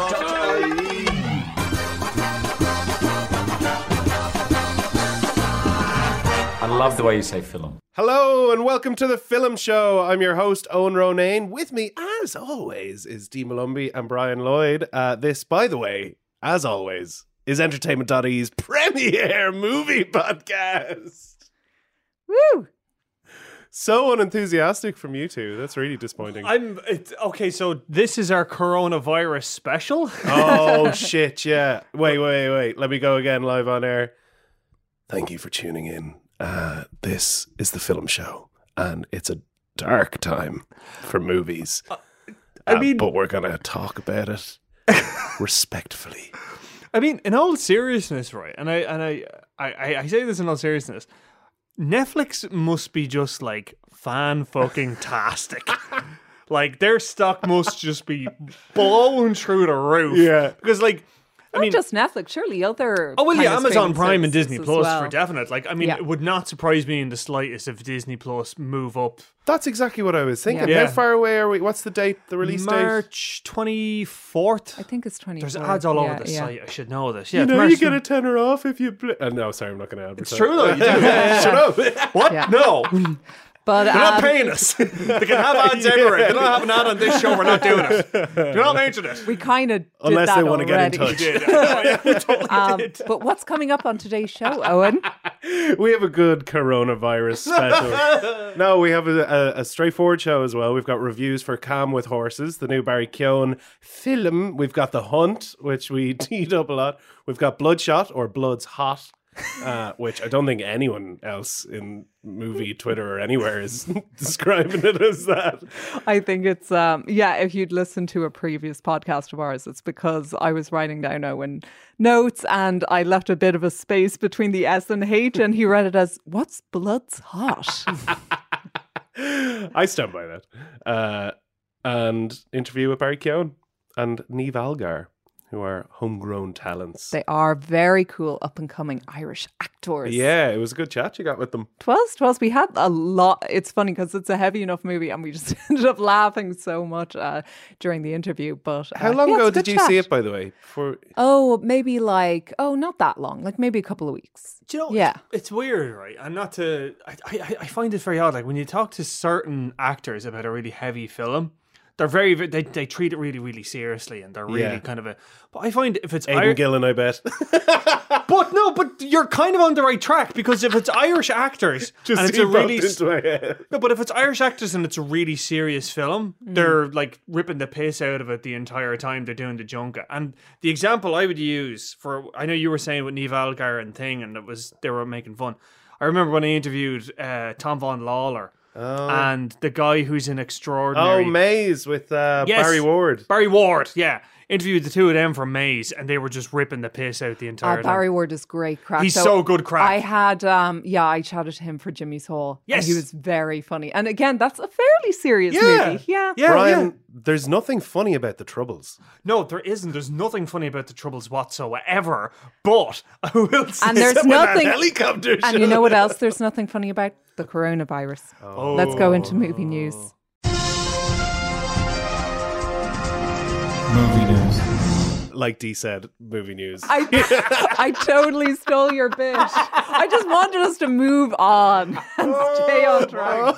Entertainment.ie. I love the way you say film. Hello and welcome to the Film Show. I'm your host, Owen Ronayne. With me, as always, is Dee Malumbi and Brian Lloyd. Uh, this, by the way, as always, is Entertainment.e's premiere movie podcast. Woo! So unenthusiastic from you two. That's really disappointing. I'm it, okay. So this is our coronavirus special. oh, shit, yeah. Wait, wait, wait. Let me go again live on air. Thank you for tuning in. Uh, this is the Film Show, and it's a dark time for movies. I Uh, mean- but we're gonna talk about it respectfully. I mean, in all seriousness, right? And I and I, I I- I say this in all seriousness. Netflix must be just like fan fucking tastic. like their stock must just be blown through the roof. Yeah. because like I Not mean, just Netflix, surely other. Oh well, kind yeah, of Amazon streaming Prime and services Disney as Plus well. for definite. Like, I mean, Yeah. it would not surprise me in the slightest if Disney Plus move up That's exactly what I was thinking. Yeah. Yeah. How far away are we? What's the date? The release date? March twenty fourth. I think it's twenty. There's ads all over the site. I should know this. Yeah, you it's know, March you get 20 a tenner off if you. Bl- uh, no, sorry, I'm not going to advertise. It's true though. You do. Shut up. What? Yeah. No, they're But not um, paying us. they can have ads everywhere. They don't have an ad on this show. We're not doing it. Do not mention it. we kind of Unless did they that want to get in already. touch. Um, but what's coming up on today's show, Owen? We have a good coronavirus special. no, we have a, a, a straightforward show as well. We've got reviews for Calm with Horses, the new Barry Keoghan film. We've got The Hunt, which we teed up a lot. We've got Bloodshot or Blood's Hot, uh, which I don't think anyone else in movie Twitter or anywhere is describing it as that. I think it's um yeah, if you'd listened to a previous podcast of ours, it's because I was writing down Owen notes and I left a bit of a space between the S and H and he read it as what's blood's hot? I stand by that. Uh, and interview with Barry Keoghan and Neve Algar, who are homegrown talents. they are very cool up and coming Irish actors. Yeah, it was a good chat you got with them. Twas, twas. We had a lot. It's funny because it's a heavy enough movie, and we just ended up laughing so much uh, during the interview. But uh, How long yeah, it's ago a good did you see chat. it, by the way? Before Oh, maybe like oh, not that long. Like maybe a couple of weeks. Do you know, Yeah. it's, it's weird, right? And not to, I, I, I find it very odd. Like when you talk to certain actors about a really heavy film, they're very, ve- they, they treat it really, really seriously, and they're really Yeah. kind of a. But I find if it's Ir- Aidan Gillen, I bet. but no, but you're kind of on the right track because if it's Irish actors and it's a really into my head. No, but if it's Irish actors and it's a really serious film, Mm. they're like ripping the piss out of it the entire time they're doing the junka. And the example I would use for I know you were saying with Neve Algar and thing, and it was they were making fun. I remember when I interviewed uh, Tom Von Lawler and the guy who's an Oh, extraordinary Maze with uh, Yes. Barry Ward. Barry Ward, yeah. Interviewed the two of them for Maze, and they were just ripping the piss out the entire Uh, time. Barry Ward is great crack. He's though. so good crack. I had um yeah, I chatted to him for Jimmy's Hall. and he Yes. was very funny. And again, that's a fairly serious Yeah. movie. Yeah, Yeah, Brian, yeah. there's nothing funny about the troubles. No, there isn't. There's nothing funny about the troubles whatsoever. But I will say And there's that when nothing. Helicopter And you know what else? There's nothing funny about the coronavirus. Let's go into movie news. Movie news. Like Dee said, movie news. I, I totally stole your bitch. I just wanted us to move on and stay Oh, on track.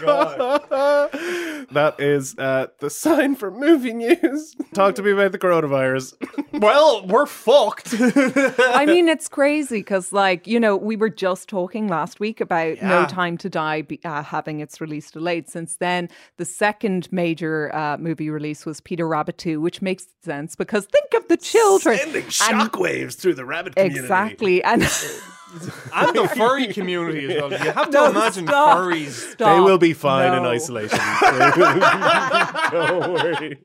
that is uh, the sign for movie news. Talk to me about the coronavirus. Well, we're fucked. I mean, it's crazy because, like, you know, we were just talking last week about No Yeah. Time to Die be, uh, having its release delayed. Since then, the second major uh, movie release was Peter Rabbit 2, which makes sense because think of the children. Sending shockwaves through the rabbit community. Exactly. And and the furry community as well. You have to No, imagine stop. furries. They Stop. will be fine in No. isolation. Don't worry.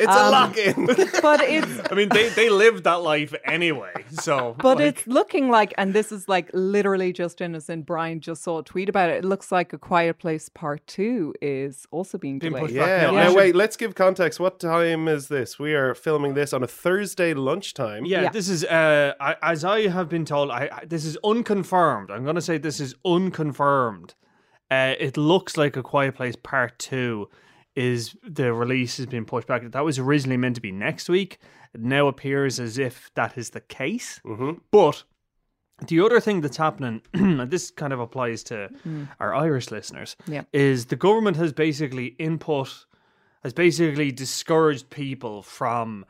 It's Um, a lock in. But it's I mean, they, they live that life anyway. So, But like, it's looking like, and this is like literally just innocent. Brian just saw a tweet about it. It looks like A Quiet Place Part Two is also being Being delayed. pushed back. Yeah. Yeah. Now wait, let's give context. What time is this? We are filming this on a Thursday lunchtime. yeah, yeah. this is uh, I, as I have been told. I, I this is unconfirmed. I'm going to say this is unconfirmed. Uh, it looks like a Quiet Place Part Two is the release has been pushed back. That was originally meant to be next week. It now appears as if that is the case. But the other thing that's happening, and this kind of applies to our Irish listeners, Yeah. is the government has basically input, has basically discouraged people from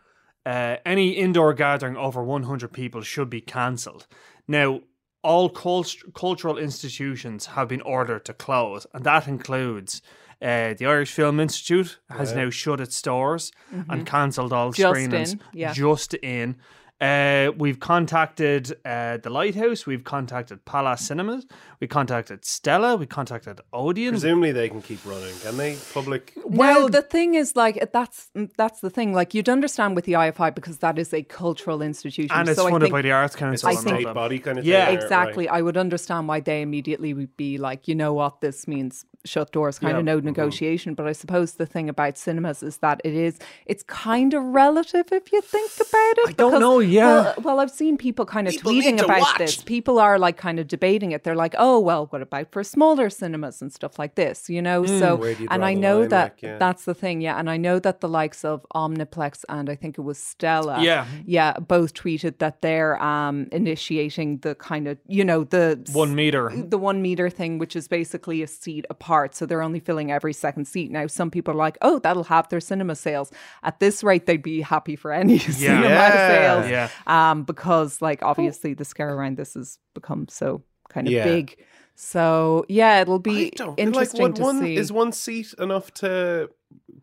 uh, any indoor gathering over 100 people should be cancelled. Now, all cult- cultural institutions have been ordered to close, and that includes. Uh, the Irish Film Institute has now shut its doors and cancelled all Mm-hmm. Just screenings in, yeah. just in. Uh, we've contacted uh, the Lighthouse. We've contacted Palace Cinemas. We contacted Stella. We contacted Odeon. Presumably they can keep running, can they? Public. Well, the thing is, like that's that's the thing. Like you'd understand with the IFI because that is a cultural institution, and it's so I funded think- by the Arts Council. I and all think- state that. body kind of Yeah, thing. or- Exactly. right. I would understand why they immediately would be like, you know what, this means shut doors, kind of no Mm-hmm. negotiation. But I suppose the thing about cinemas is that it is, it's kind of relative if you think about it. I don't know, yeah. Well, well, I've seen people kind of tweeting about this. People are like kind of debating it. They're like, oh, well, what about for smaller cinemas and stuff like this, you know? Hmm. Where do so, you and draw I the know line, that like, yeah. that's the thing. Yeah. And I know that the likes of Omniplex and I think it was Stella Yeah. yeah, both tweeted that they're um, initiating the kind of you know the One meter. the one meter thing, which is basically a seat apart, so they're only filling every second seat. Now, some people are like, "Oh, that'll have their cinema sales." At this rate, they'd be happy for any cinema Yeah. sales, Yeah. um, because like obviously the scare around this has become so kind of Yeah. big. So yeah, it'll I be don't interesting like, what to one, see. Is one seat enough to?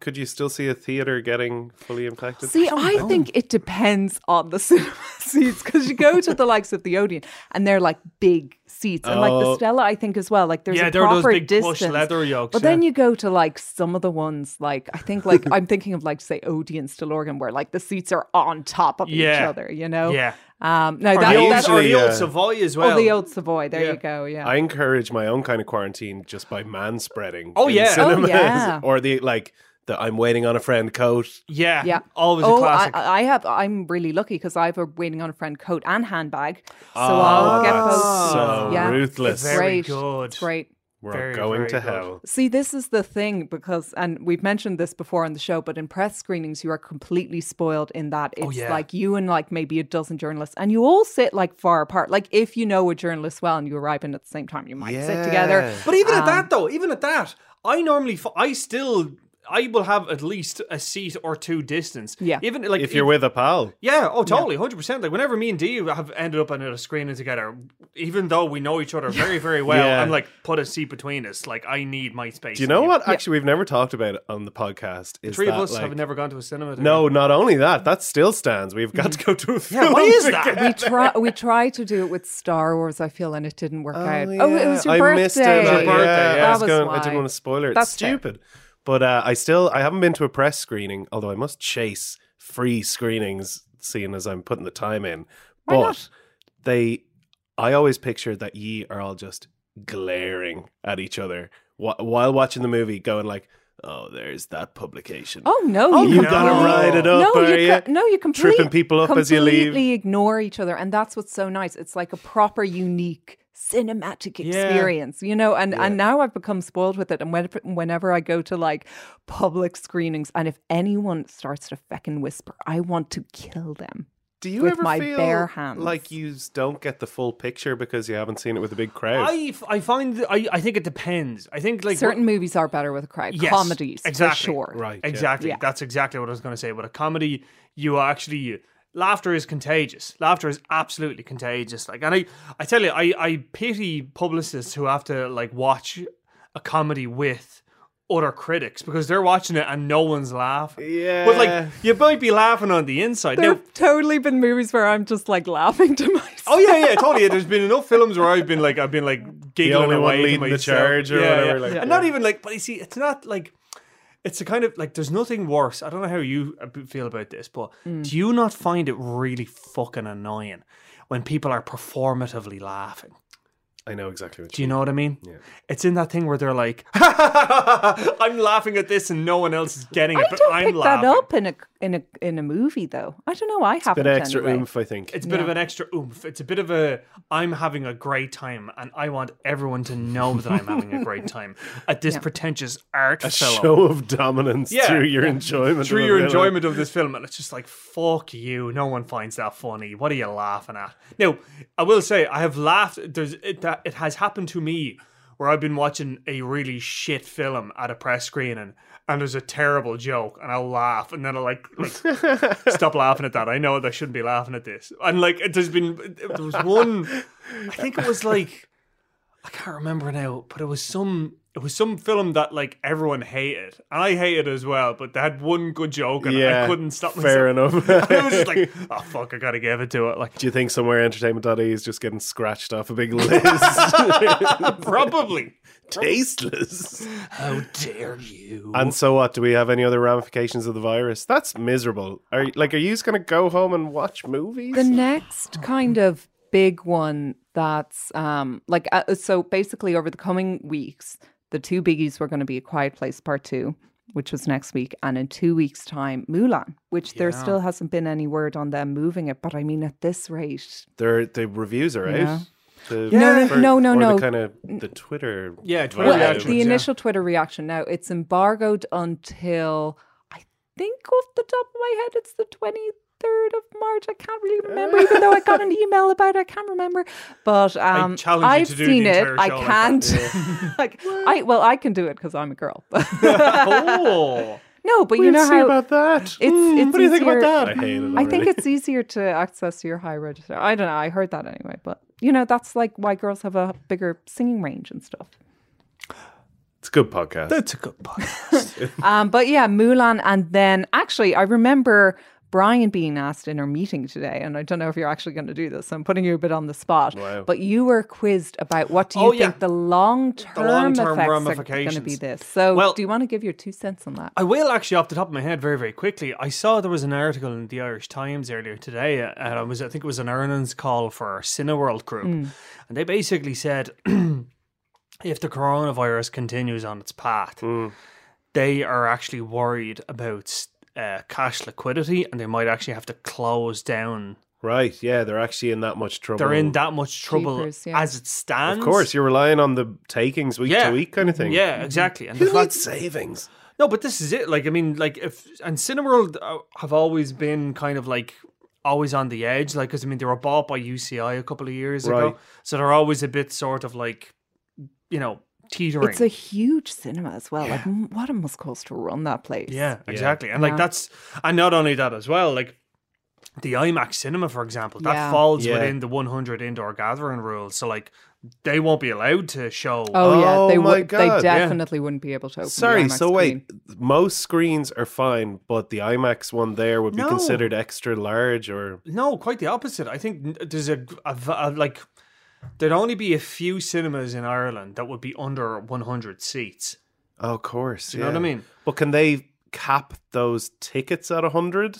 Could you still see a theater getting fully impacted? See, I, think it depends on the cinema seats because you go to the likes of the Odeon and they're like big seats, and like the Oh. Stella, I think as well. Like there's Yeah, a there are proper those big plush distance. leather yokes, but then yeah. you go to like some of the ones, like I think like I'm thinking of like say Odeon, Stillorgan, where like the seats are on top of each Yeah. other. You know, Yeah. Um, no, Or that, the old, that or the Usually, old uh, Savoy as well. or the old Savoy. There Yeah. you go. Yeah. I encourage my own kind of quarantine just by man spreading. Oh, in yeah. Oh, cinemas. yeah. or the like the I'm waiting on a friend coat. yeah. yeah, Always oh, a classic. I, I have. I'm really lucky because I have a waiting on a friend coat and handbag, so Ah, Oh, I'll get that's both. So oh, Yeah. ruthless. Very great. good. It's great. We're very, going very to good. hell. See, this is the thing because, and we've mentioned this before on the show, but in press screenings, you are completely spoiled in that Oh, it's yeah. like you and like maybe a dozen journalists, and you all sit like far apart. Like if you know a journalist well and you arrive in at the same time, you might sit together. Yeah. But even at Um, that, though, even at that, I normally, f- I still, I will have at least a seat or two distance. Yeah. Even like e, If you're with a pal. Yeah, oh, totally, hundred percent. Like whenever me and Dee have ended up on a screening together, even though we know each other very, very well, Yeah. I'm like, put a seat between us. Like I need my space. Do you know what? Actually, we've never talked about it on the podcast. Is Three of that, us have like- never gone to a cinema. Together. No, not only that, that still stands. We've got Mm-hmm. to go to a film. Yeah, why is that? We try, we tried to do it with Star Wars, I feel, and it didn't work out. Oh, Oh, it yeah. was your I birthday. missed it. your Yeah, birthday, yeah. I, was That was going, I why. didn't want to spoil it. It's That's fair. stupid. But uh, I still I haven't been to a press screening, although I must chase free screenings, seeing as I'm putting the time in. but they, I always pictured that ye are all just glaring at each other wh- while watching the movie, going like, "Oh, there's that publication. Oh no! Oh, you completely- gotta ride it up, No, are you, ya? co- no, you complete, Tripping people up as you leave. Completely ignore each other, and that's what's so nice. It's like a proper, unique cinematic experience, you know. And and now I've become spoiled with it. And whenever, whenever I go to like public screenings, and if anyone starts to feckin' whisper, I want to kill them. Do you with ever my feel bare hands. like you don't get the full picture because you haven't seen it with a big crowd? I, f- I find I, I think it depends. I think like Certain movies are better with a crowd. Yes, Comedies, exactly. for sure. right, yeah. Exactly. Yeah. That's exactly what I was going to say. With a comedy, you are actually laughter is contagious. Laughter is absolutely contagious. Like, and I, I tell you, I, I pity publicists who have to like watch a comedy with other critics because they're watching it and no one's laughing. But Yeah. like, you might be laughing on the inside. There Now, have totally been movies where I'm just like laughing to myself. Oh yeah, yeah, totally. Yeah, There's been enough films where I've been like, I've been like giggling only one away to leading the myself. charge or Yeah, whatever, yeah. like, and yeah. not even like, but you see, it's not like, it's a kind of like, there's nothing worse. I don't know how you uh, b- feel about this, but Mm. do you not find it really fucking annoying when people are performatively laughing? I know exactly what you Do you know what I mean? Yeah. It's in that thing where they're like, I'm laughing at this and no one else is getting it, I but don't I'm pick laughing. that up in a in a in a movie though. I don't know. I A haven't. bit extra anyway. oomph, I think. It's a bit of an extra oomph. It's a bit of a I'm having a great time, and I want everyone to know that I'm having a great time at this pretentious art film. Show of dominance Yeah. through your enjoyment. Through of your the villain. enjoyment of this film, and it's just like fuck you. No one finds that funny. What are you laughing at? Now, I will say I have laughed. There's it, that it has happened to me where I've been watching a really shit film at a press screening, and there's a terrible joke, and I'll laugh, and then I'll like, like stop laughing at that. I know that I shouldn't be laughing at this. And like, it- there's been there was one. I think it was like I can't remember now, but it was some. It was some film that like everyone hated, and I hated as well. But they had one good joke, and Yeah, I couldn't stop myself. Fair enough. I was just like, "Oh fuck, I gotta give it to it." Like, Do you think somewhere entertainment.e is just getting scratched off a big list? probably. Tasteless. How dare you? And so what? Do we have any other ramifications of the virus? That's miserable. Are you, like, are you just gonna go home and watch movies? The next kind of big one that's um like uh, so basically over the coming weeks, the two biggies were going to be A Quiet Place Part Two, which was next week, and in two weeks' time, Mulan, which there Yeah. still hasn't been any word on them moving it. But I mean, at this rate, Their the reviews are out. Yeah. The- No, no, or- no, no, or no. The kind of the Twitter. Yeah, Twitter vibe. well, uh, reactions, the yeah. initial Twitter reaction. Now it's embargoed until I think off the top of my head it's the twenty third of March. I can't really remember, even though I got an email about it. I can't remember, but um, challenge you I've to do the seen it. entire I show like can't. that. like I well, I can do it because I'm a girl. oh, no, but We'll you know see how about that. it's- Mm, Hmm, it's what do you think about easier- that? I hate it. I think it's easier to access your high register. I don't know. I heard that anyway, but you know that's like why girls have a bigger singing range and stuff. it's a good podcast. that's a good point. Um, but yeah, Mulan, and then actually, I remember Brian being asked in our meeting today, and I don't know if you're actually going to do this. So I'm putting you a bit on the spot. Wow. But you were quizzed about what do you Oh, yeah. think the long term long-term effects are going to ramifications. be. This. So Well- do you want to give your two cents on that? I will actually, off the top of my head, very very quickly. I saw there was an article in the Irish Times earlier today, uh, and I was I think it was an earnings call for Cineworld Group, Hmm. and they basically said if the coronavirus continues on its path, Hmm. they are actually worried about uh, cash liquidity, and they might actually have to close down. right. Yeah, they're actually in that much trouble. They're in that much trouble Jeepers, yeah. as it stands. Hmm. Of course, you're relying on the takings week Yeah. to week kind of thing. Yeah, exactly. And the You need fact- savings. Oh, No, but this is it. Like, I mean, like, if and Cineworld uh, have always been kind of like always on the edge, like, because I mean, they were bought by UCI a couple of years Right. ago, so they're always a bit sort of like, you know, teetering. It's a huge cinema as well. Like, m- what it must cost to run that place. yeah, exactly. And like, that's and not only that as well, like. The IMAX cinema, for example, that Yeah. falls Yeah. within the 100 indoor gathering rule. So, like, they won't be allowed to show. Oh, yeah, they Oh, my would. They God, yeah. definitely wouldn't be able to. Open the Sorry, IMAX so screen. wait, most screens are fine, but the IMAX one there would be No. considered extra large or No, quite the opposite. I think n- there's a, a v- a, like there'd only be a few cinemas in Ireland that would be under 100 seats. oh, of course. Do you know what I yeah. mean? But can they cap those tickets at 100?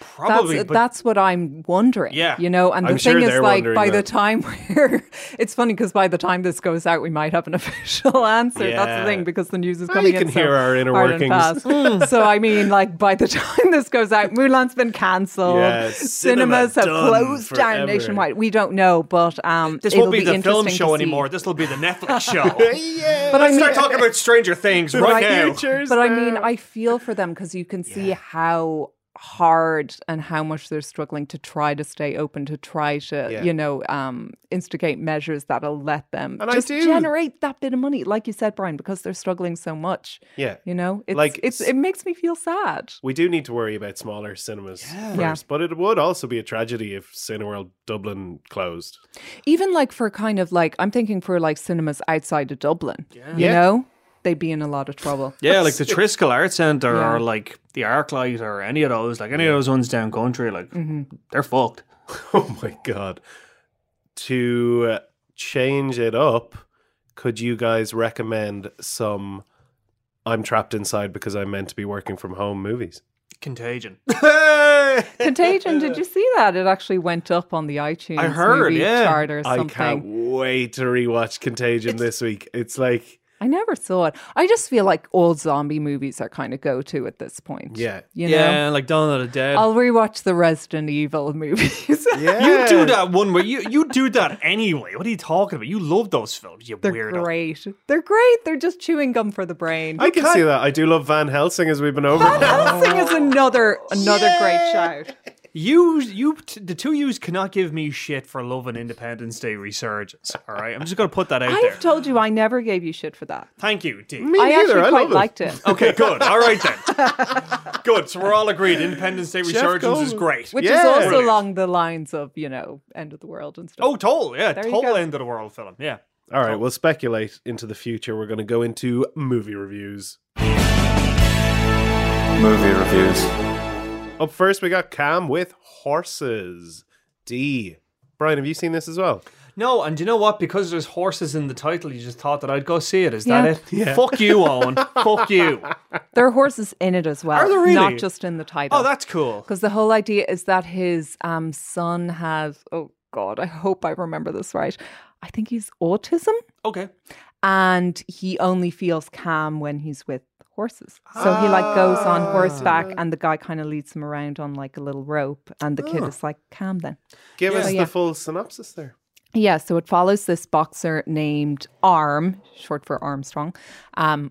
Probably, that's, but that's what I'm wondering. Yeah. you know, and the I'm thing sure is, they're like, wondering by the that. time we're, it's funny because by the time this goes out, we might have an official answer. That's Yeah. the thing because the news is Ah, coming you in can so hear our inner hard and workings. Mm. fast. so I mean, like, by the time this goes out, Mulan's been cancelled. Yeah, cinema Cinemas have done closed forever. down nationwide. We don't know, but um, this it'll won't be, the film interesting to show see. anymore. This will be the Netflix show. Yeah. But I Let's mean, start talking about Stranger Things right now. but I mean, I feel for them because you can see how hard and how much they're struggling to try to stay open, to try to, Yeah. you know, um, instigate measures that'll let them And I just do. generate that bit of money, like you said, Brian, because they're struggling so much. Yeah. You know, it's, Like, it's s- it makes me feel sad. we do need to worry about smaller cinemas first, Yeah. but it would also be a tragedy if Cineworld Dublin closed. Even like for kind of like I'm thinking for like cinemas outside of Dublin. You Yeah. know? They'd be in a lot of trouble. Yeah, like the Triskel Art Centre Yeah. or like the ArcLight or any of those, like any of those ones down country, like Mm-hmm. they're fucked. Oh my god. To uh, change it up, could you guys recommend some I'm trapped inside because I'm meant to be working from home movies? Contagion. Contagion, did you see that? It actually went up on the iTunes I heard, movie yeah. chart or I something. can't wait to rewatch Contagion this week. It's like, I never saw it. I just feel like all zombie movies are kind of go to at this point. Yeah. You know? yeah, like Dawn of the Dead. I'll rewatch the Resident Evil movies. you yeah. do that one where you you do that anyway. What are you talking about? You love those films, you They're weirdo. great. They're great. They're just chewing gum for the brain. I can see that. I do love Van Helsing as we've been over. Helsing is another another great shout. You you t- the two yous cannot give me shit for love and Independence Day resurgence. All right, I'm just gonna put that out there. I've told you I never gave you shit for that. Thank you, D. Me I neither, actually I love quite it. Oh, liked it. Okay, good. All right then. Good. So we're all agreed. Independence Day resurgence is Goldblum. great. Which Yeah. is also Brilliant. along the lines of, you know, end of the world and stuff. oh, Toll. Yeah, There you Toll go. end of the world film. Yeah. All Oh. right, we'll speculate into the future. We're going to go into movie reviews. Movie reviews. Up first, we got Cam with Horses. D. Brian, have you seen this as well? No, and you know what? Because there's horses in the title, you just thought that I'd go see it. Is Yeah. that it? Fuck you, Owen. Fuck you. There are horses in it as well. Are there really? Not just in the title. Oh, that's cool. because the whole idea is that his um son has oh god, I hope I remember this right. I think he's autism Okay. and he only feels calm when he's with horses. So he like goes on horseback and the guy kind of leads him around on like a little rope and the kid is like calm then. Give us Oh, yeah. the full synopsis there. Yeah, so it follows this boxer named Arm, short for Armstrong. Um,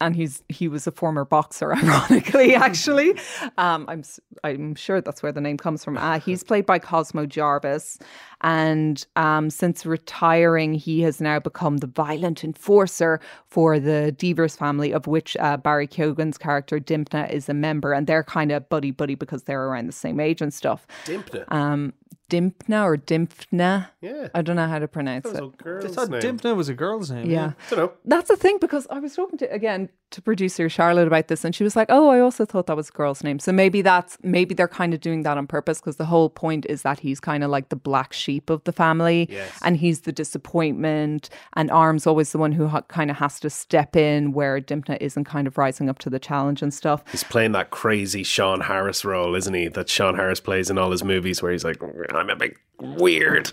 and he's he was a former boxer, ironically. Actually, um, I'm s- I'm sure that's where the name comes from. Uh, he's played by Cosmo Jarvis, and um, since retiring, he has now become the violent enforcer for the Devers family, of which uh, Barry Keoghan's character Dimpna is a member, and they're kind of buddy buddy because they're around the same age and stuff. Dimpna. Um, Dimpna or Dimpfna. yeah. I don't know how to pronounce That's it. a girl's I thought name. Dimpna was a girl's name. Yeah. I don't know. That's the thing because I was talking to again to producer Charlotte about this and she was like, "Oh, I also thought that was a girl's name." So maybe that's maybe they're kind of doing that on purpose because the whole point is that he's kind of like the black sheep of the family Yes. and he's the disappointment and Arm's always the one who ha- kind of has to step in where Dimpna isn't kind of rising up to the challenge and stuff. He's playing that crazy Sean Harris role, isn't he? That Sean Harris plays in all his movies where he's like, I'm a big weird.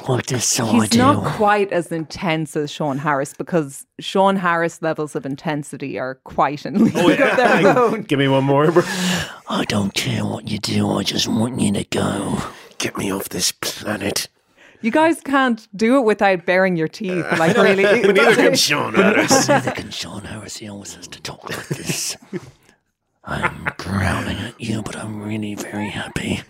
He's not quite as intense as Sean Harris because Sean Harris levels of intensity are quite in Oh, league of their own. Give me one more. bro. I don't care what you do, I just want you to go. Get me off this planet. You guys can't do it without baring your teeth. Like really, Neither can Sean Harris. Neither can Sean Harris, he always has to talk like this. I'm growling at you, but I'm really very happy.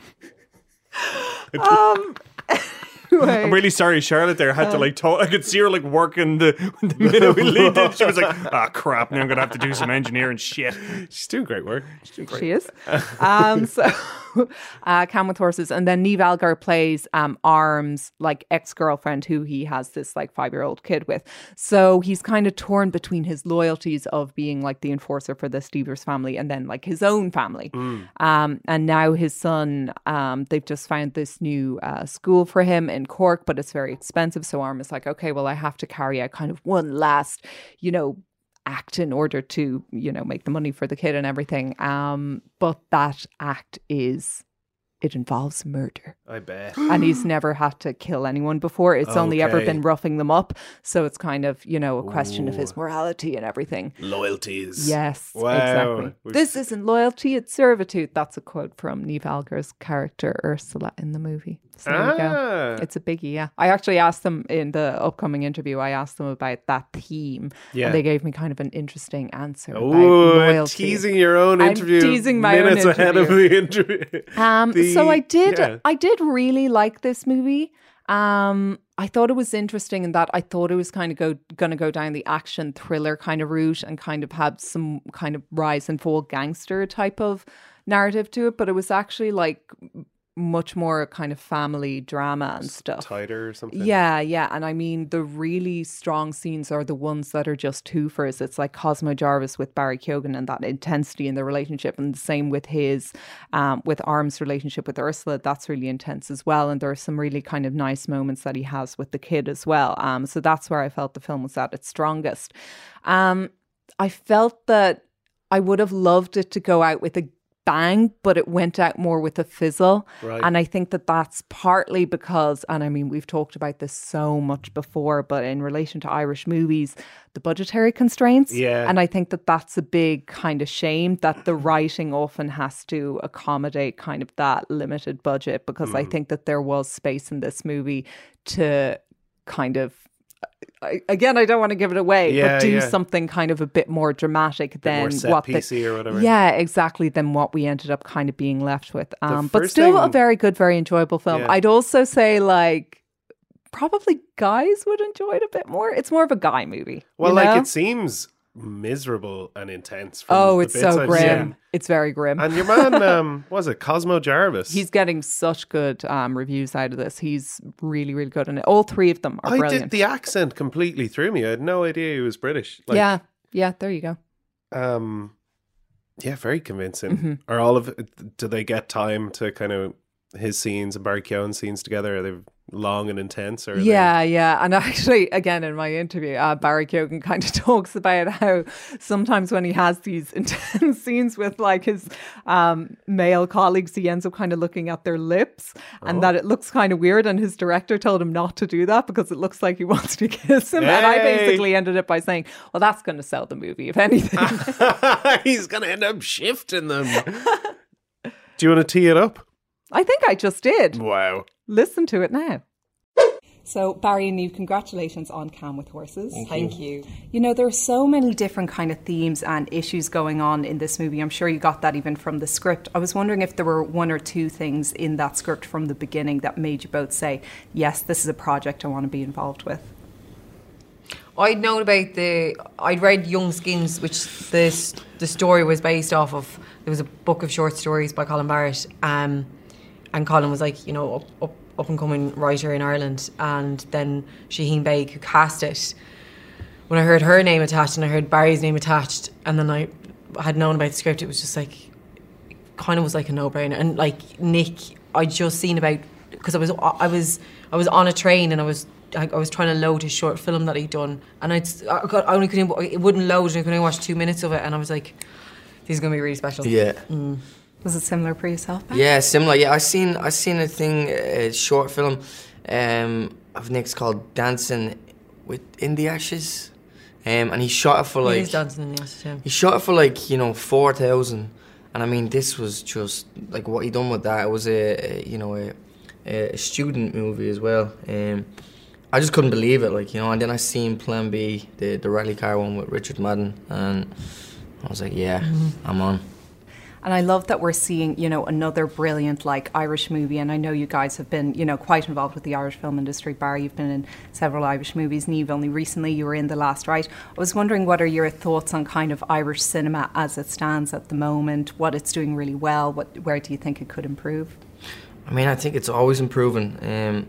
anyway. I'm really sorry, Charlotte. There had to like talk. I could see her like working the, the minute we leaned in. She was like, "Ah, crap! Now I'm gonna have to do some engineering shit." She's doing great work. she is. Um, so, uh, Cam with horses, and then Neve Algar plays um, Arm's like ex girlfriend, who he has this like five year old kid with. So he's kind of torn between his loyalties of being like the enforcer for the Stevers family, and then like his own family. Um, and now his son, um, they've just found this new uh, school for him in Cork, but it's very expensive. So Arm is like, okay, well, I have to carry out kind of one last, you know, act in order to you know make the money for the kid and everything um but that act is it involves murder I bet. and he's never had to kill anyone before it's only ever Okay. been roughing them up so it's kind of you know a question of his morality and everything Loyalties. yes Wow. exactly We've- this isn't loyalty it's servitude that's a quote from neve alger's character ursula in the movie so there you go Ah. it's a biggie, yeah. I actually asked them in the upcoming interview, I asked them about that theme. Yeah. And they gave me kind of an interesting answer. about Oh, loyalty. teasing your own I'm interview. teasing my own minutes ahead of the interview. Um, so The- I did, yeah. I did really like this movie. Um, I thought it was interesting in that I thought it was kind of go going to go down the action thriller kind of route and kind of have some kind of rise and fall gangster type of narrative to it, but it was actually like m- much more kind of family drama and stuff. Tighter or something. uh, Yeah, yeah. And I mean, the really strong scenes are the ones that are just twofers. It's like Cosmo Jarvis with Barry Keoghan and that intensity in their relationship. And the same with his, um, with Arm's relationship with Ursula. That's really intense as well. And there are some really kind of nice moments that he has with the kid as well. Um, so that's where I felt the film was at its strongest. Um, I felt that I would have loved it to go out with a bang, but it went out more with a fizzle. Right. And I think that that's partly because, and I mean, we've talked about this so much before, but in relation to Irish movies, the budgetary constraints. Yeah. And I think that that's a big kind of shame that the writing often has to accommodate kind of that limited budget because I Mm. think that there was space in this movie to kind of. I- Again, I don't want to give it away, Yeah, but do yeah. something kind of a bit more dramatic than more set what the, piecey or whatever. yeah, exactly. Than what we ended up kind of being left with. Um, but first still a thing- very good, very enjoyable film. Yeah. I'd also say like probably guys would enjoy it a bit more. It's more of a guy movie. Well, you like know? it seems miserable and intense. From oh, the it's bits so I've grim. seen. It's very grim. And your man, um, was it Cosmo Jarvis? He's getting such good um, reviews out of this. He's really, really good, and all three of them are I did brilliant. the accent completely threw me. I had no idea he was British. Like, yeah, yeah. There you go. Um, yeah, very convincing. Mm-hmm. Are all of do they get time to kind of his scenes and Barry Keoghan's scenes together? Are they long and intense? Or are they- Yeah, yeah. And actually, again, in my interview, uh, Barry Keoghan kind of talks about how sometimes when he has these intense scenes with like his um, male colleagues, he ends up kind of looking at their lips and that it looks kind of weird. And his director told him not to do that because it looks like he wants to kiss him. And I Hey! basically ended up by saying, well, that's going to sell the movie, if anything. he's gonna end up shifting them. do you want to tee it up? I think I just did. Wow. Listen to it now. So Barry and Neve, congratulations on Cam with Horses. Thank you. You know there are so many different kind of themes and issues going on in this movie. I'm sure you got that even from the script. I was wondering if there were one or two things in that script from the beginning that made you both say, "Yes, this is a project I want to be involved with." I'd known about the. I'd read Young Skins, which this the story was based off of. There was a book of short stories by Colin Barrett, um, and Colin was like, you know, up, up, up and coming writer in Ireland, and then Shaheen Baig who cast it. When I heard her name attached and I heard Barry's name attached, and then I had known about the script, it was just like kind of was like a no-brainer. And like Nick, I just seen about because I was I was I was on a train and I was I, I was trying to load his short film that he'd done, and I'd, s- I got I only couldn't it wouldn't load and I could only watch two minutes of it, and I was like, this is gonna be really special. Yeah. Was it similar for yourself? Ben? Yeah, similar. Yeah, I seen I seen a thing, a short film, um, of Nick's called Dancing with in the Ashes, um, and he shot it for He like is dancing in the Ashes, yeah. He shot it for like you know four thousand, and I mean this was just like what he done with that. It was a, a you know a, a student movie as well. Um, I just couldn't believe it, like you know. And then I seen Plan B, the the rally car one with Richard Madden, and I was like, yeah, I'm on. And I love that we're seeing, you know, another brilliant like Irish movie. And I know you guys have been, you know, quite involved with the Irish film industry. Barry, you've been in several Irish movies. Neve, only recently you were in The Last Right. I was wondering what are your thoughts on kind of Irish cinema as it stands at the moment? What it's doing really well? What where do you think it could improve? I mean, I think it's always improving. Um,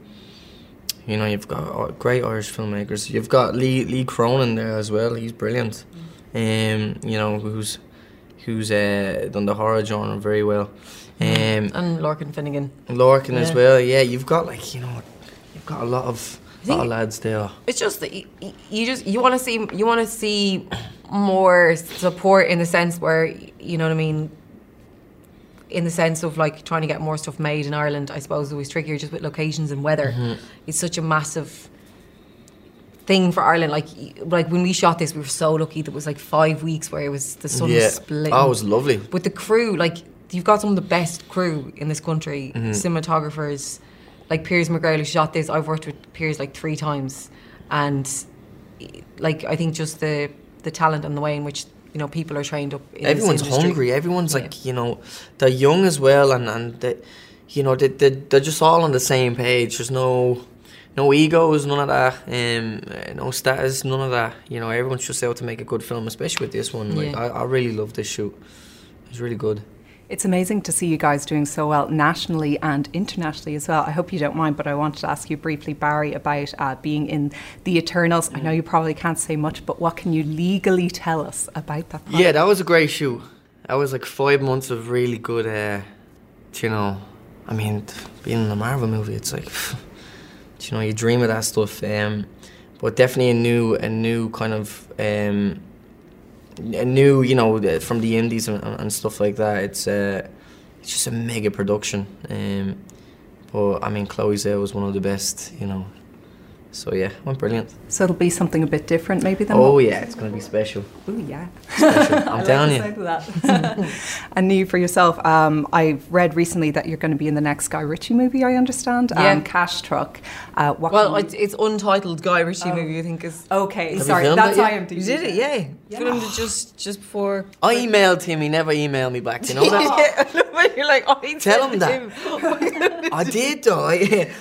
you know, you've got uh, great Irish filmmakers. You've got Lee Lee Cronin there as well. He's brilliant. Um, you know, who's who's uh, done the horror genre very well. Um, And Lorcan Finnegan. Lorcan as Yeah. well. Yeah, you've got like you know, you've got a lot of lot of think- lads there. It's just that you, you just you want to see you want to see more support in the sense where you know what I mean. In the sense of like trying to get more stuff made in Ireland, I suppose it was trickier just with locations and weather. Mm-hmm. It's such a massive thing for Ireland. Like y- like when we shot this, we were so lucky that it was like five weeks where it was the sun yeah, was split. oh, it was lovely. with the crew, like you've got some of the best crew in this country, Mm-hmm. cinematographers, like Piers McGrail who shot this. I've worked with Piers like three times, and like I think just the the talent and the way in which you know people are trained up. In this Everyone's industry. hungry. Everyone's Yeah. like you know, they're young as well, and and they, you know they they they're just all on the same page. There's no no egos, none of that. Um, uh, no status, none of that. You know, everyone's just out to make a good film, especially with this one. Like Yeah. I, I really love this shoot. It's really good. It's amazing to see you guys doing so well nationally and internationally as well. I hope you don't mind, but I wanted to ask you briefly, Barry, about uh, being in the Eternals. I know Mm. you probably can't say much, but what can you legally tell us about that? project? Yeah, that was a great shoot. That was like five months of really good, uh, you know. I mean, being in a Marvel movie, it's like, you know, you dream of that stuff. Um, but definitely a new, a new kind of um, n- new, you know, the- from the indies and, and stuff like that. It's uh, it's just a mega production. Um, but I mean, Chloe Zhao was one of the best, you know. So yeah, went brilliant. So it'll be something a bit different, maybe then. Oh yeah, it's gonna be special. Ooh, yeah. I'm telling you. and you for yourself, um, I've read recently that you're going to be in the next Guy Ritchie movie. I understand. Yeah. Um, Cash Truck. Uh, what Well, can you- it's, it's untitled Guy Ritchie movie. I think is okay. Have you Sorry, filmed that's it yet? IMDb. Oh. You did it, yeah. Filmed it just just before. I emailed him. He never emailed me back. You know that? yeah, you're like, I Tell him said that. I did though. I, I, it?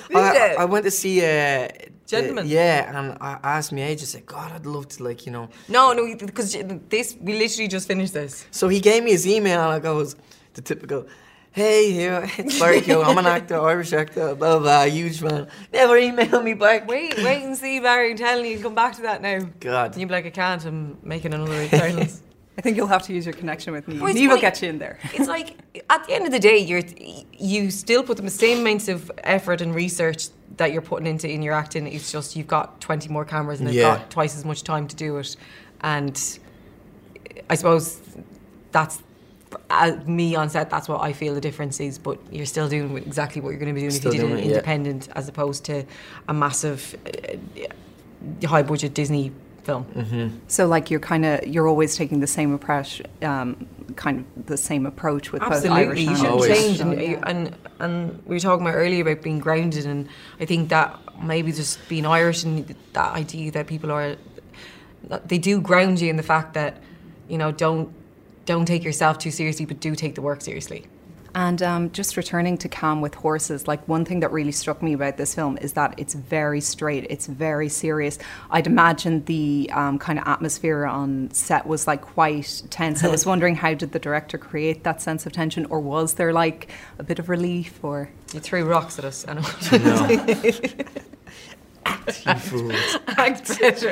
I went to see uh, the- Gentlemen. yeah, and I asked my agent. I said, "God, I'd love to like you know." No, no, because this we literally just finished this. So he gave me his email, and I goes the typical, "Hey, here it's Barry Keoghan. I'm an actor, Irish actor, blah blah, huge man. Never email me back. Wait, wait and see, Barry. I'm telling you, come back to that now. God, And you'd be like, I can't. I'm making another Eternals. I think you'll have to use your connection with me. Well, it's Neve will funny- get you in there. it's like at the end of the day, you're you still put the same amounts of effort and research that you're putting into in your acting. It's just you've got 20 more cameras and they've Yeah. got twice as much time to do it. And I suppose that's uh, me on set. That's what I feel the difference is. But you're still doing exactly what you're going to be doing Still if you did doing it it, yeah. independent, as opposed to a massive, uh, high budget Disney film. So like you're kind of you're always taking the same approach, um, kind of the same approach with both Irish Absolutely, you and shouldn't Always. change. And, Oh, yeah. and and we were talking about earlier about being grounded, and I think that maybe just being Irish and that idea that people are, that they do ground you in the fact that, you know, don't don't take yourself too seriously, but do take the work seriously. And um, just returning to Calm with Horses, like one thing that really struck me about this film is that it's very straight, it's very serious. I'd imagine the um, kind of atmosphere on set was like quite tense. I was wondering how did the director create that sense of tension, or was there like a bit of relief, or You threw rocks at us, and fool. act better.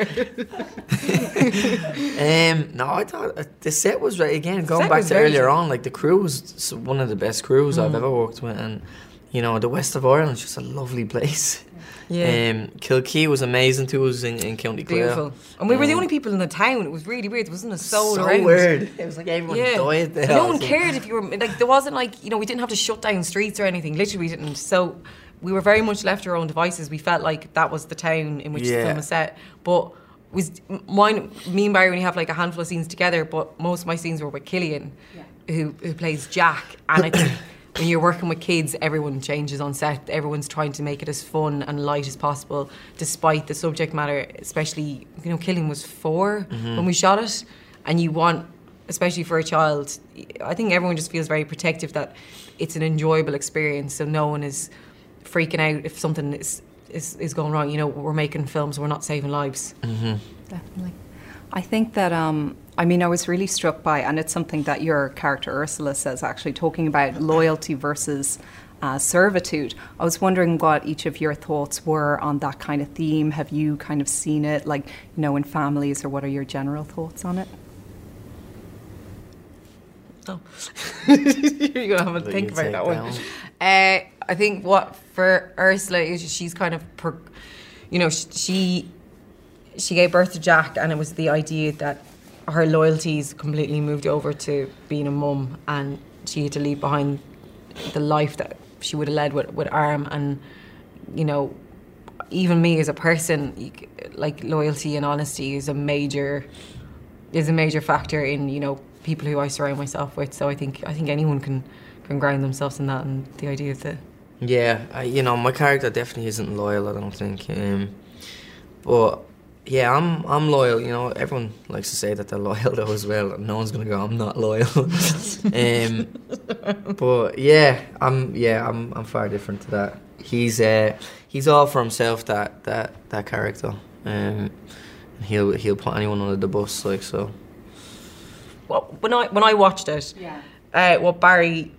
Um, no, I thought uh, the set was right again. Going set back was to very earlier good. on, like the crew was s- one of the best crews I've ever worked with, and you know the west of Ireland is just a lovely place. Yeah. Um, Kilkee was amazing to us in, in County Clare. Beautiful. And we were the Um, only people in the town. It was really weird. There wasn't a soul so around. weird. It was like everyone died there. No one So- cared if you were like there wasn't like you know we didn't have to shut down streets or anything. Literally, we didn't. So we were very much left to our own devices. We felt like that was the town in which the Yeah. film was set. But was mine me and Barry only have like a handful of scenes together. But most of my scenes were with Killian, who who plays Jack, and I think. When you're working with kids, everyone changes on set. Everyone's trying to make it as fun and light as possible, despite the subject matter. Especially, you know, Killian was 4 when we shot it, and you want especially for a child, I think everyone just feels very protective that it's an enjoyable experience. So no one is freaking out if something is is, is going wrong. You know, we're making films, we're not saving lives. Definitely. I think that, um, I mean, I was really struck by, and it's something that your character Ursula says actually, talking about loyalty versus uh, servitude. I was wondering what each of your thoughts were on that kind of theme. Have you kind of seen it, like, you know, in families, or what are your general thoughts on it? Oh. You're gonna have to Let think you take about that that one. one. Uh, I think what for Ursula is she's kind of, per, you know, sh- she she gave birth to Jack, and it was the idea that her loyalties completely moved over to being a mum, and she had to leave behind the life that she would have led with, with Arm, and you know, even me as a person, you c- like loyalty and honesty is a major is a major factor in you know people who I surround myself with. So I think I think anyone can can ground themselves in that and the idea of the Yeah, I, you know, my character definitely isn't loyal. I don't think. Um, but yeah, I'm I'm loyal. You know, everyone likes to say that they're loyal though as well. and No one's gonna go. I'm not loyal. um, but yeah, I'm yeah I'm I'm far different to that. He's uh, he's all for himself. That that that character. Um, he'll he'll put anyone under the bus like so. well when I when I watched it, yeah. uh, what Barry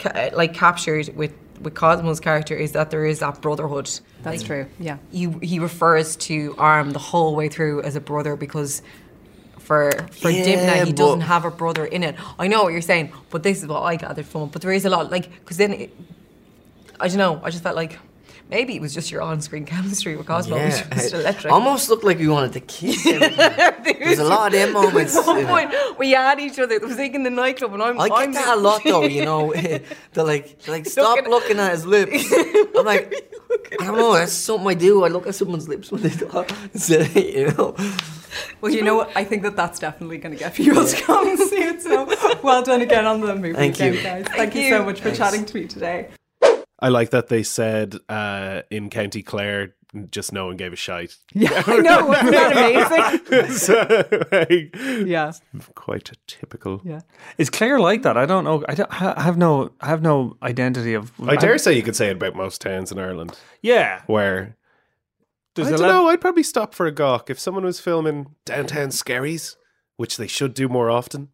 ca- uh, like captured with with Cosmo's character is that there is that brotherhood. That's true, yeah. You he refers to Arm the whole way through as a brother because. For for Yeah, Dimna, he but- doesn't have a brother in it. I know what you're saying, but this is what I gathered from it. But there is a lot, like, because then it, I don't know. I just felt like Maybe it was just your on-screen chemistry with Cosmo. Yeah. Yeah, was just it electric. almost looked like we wanted to kiss. him. There's a lot of them There moments. was you one know. point we had each other. It was like in the nightclub, and I'm. I I'm get that a lot though, you know. They're like, they're like stop looking, at his lips. I'm like, I don't know. That's something I do. I look at someone's lips when they talk. So, you know, Well, you know what? I think that that's definitely going to get people to come and see it. So well done again on the movie Thank again, you. guys. Thank, Thank you so you. much for Thanks. chatting to me today. I like that they said uh, in County Clare, just no one gave a shite. Yeah, I know. Wasn't that amazing? yeah. Quite a typical. Yeah. Is Claire like that? I don't know. I, don't, I have no. I have no identity of. I dare say you could say it about most towns in Ireland. Yeah. Where. There's I a don't lot- know. I'd probably stop for a gawk if someone was filming downtown Skerries, which they should do more often.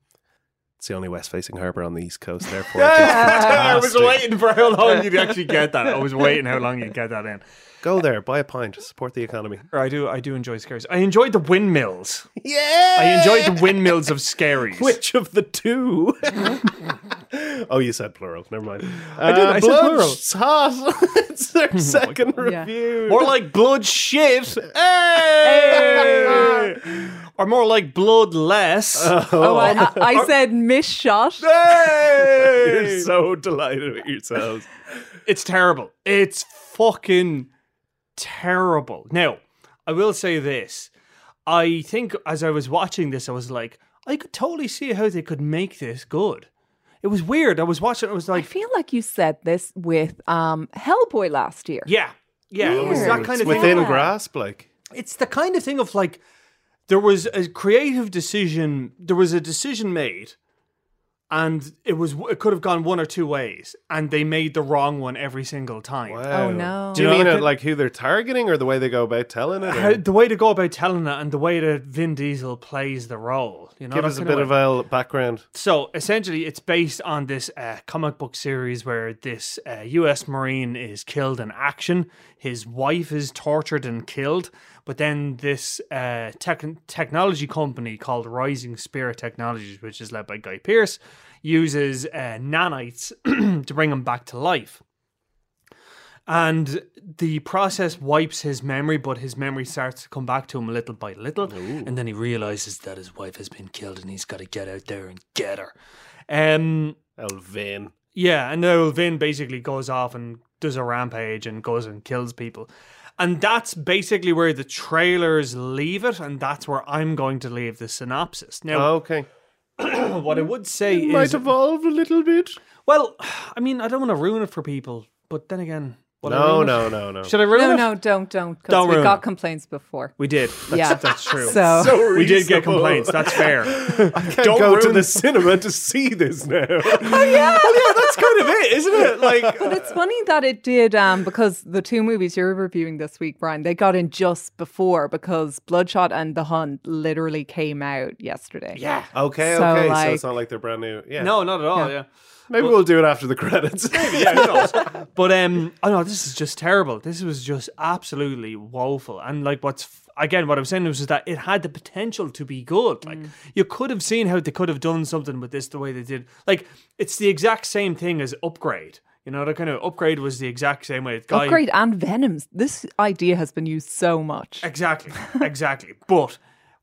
It's the only west-facing harbour on the east coast. Therefore, Ah, I was waiting for how long you'd actually get that. I was waiting how long you'd get that in. Go there, buy a pint, support the economy. I do. I do enjoy scaries. I enjoyed the windmills. Yeah. I enjoyed the windmills of scaries. Which of the two? oh, you said plural. Never mind. Uh, I did. I said blood plural. Oh It's hot. it's their second Yeah. review. More like blood shit. Hey! or more like blood less. Oh, I, I, I said miss shot. Hey! You're so delighted with yourselves. It's terrible. It's fucking terrible. Now, I will say this. I think as I was watching this, I was like, I could totally see how they could make this good. It was weird. I was watching. I was I like, feel like you said this with um, Hellboy last year. yeah, yeah. It was Weird. that kind It's of within thing. grasp, like. It's the kind of thing of like, there was a creative decision. There was a decision made, and it was it could have gone one or two ways, and they made the wrong one every single time. Oh, no. Do you Do you mean know- it, like who they're targeting or the way they go about telling it? how, or- the way to go about telling it and the way that Vin Diesel plays the role. You know, Give that us a kind bit of way. a background. So essentially, it's based on this uh, comic book series where this uh, U.S. Marine is killed in action. His wife is tortured and killed. But then this uh, tech- technology company called Rising Spirit Technologies, which is led by Guy Pearce, uses uh, nanites to bring him back to life and the process wipes his memory, but his memory starts to come back to him little by little, and then he realizes that his wife has been killed, and he's got to get out there and get her. Um, Elvin. yeah, and now Vin basically goes off and does a rampage and goes and kills people. And that's basically where the trailers leave it, and that's where I'm going to leave the synopsis. Now, Okay. what I would say It is Um, might evolve a little bit. well, I mean, I don't want to ruin it for people, but then again, will I No, ruin it? Oh, no, no, no. Should I ruin No, it? no, don't, don't. Because Don't we ruin got it. complaints before. We did. That's, Yeah. that's true. So, we did get complaints. That's fair. Can't Don't go to ruin- the cinema to see this now. oh, yeah. that's kind of it, isn't it? Like, it's funny that it did um, because the two movies you're reviewing this week, Brian, they got in just before because Bloodshot and The Hunt literally came out yesterday. yeah. Okay, So, okay. so like- it's not like they're brand new. Yeah. No, not at all. Yeah. Maybe we'll do it after the credits. Yeah, who knows? but um, oh no, this is just terrible. This was just absolutely woeful. And like, what's f- again, what I'm saying was that it had the potential to be good. Like, Mm. you could have seen how they could have done something with this the way they did. Like, it's the exact same thing as Upgrade. You know, that kind of Upgrade was the exact same way. The Guy, Upgrade and Venoms. This idea has been used so much. Exactly, exactly. but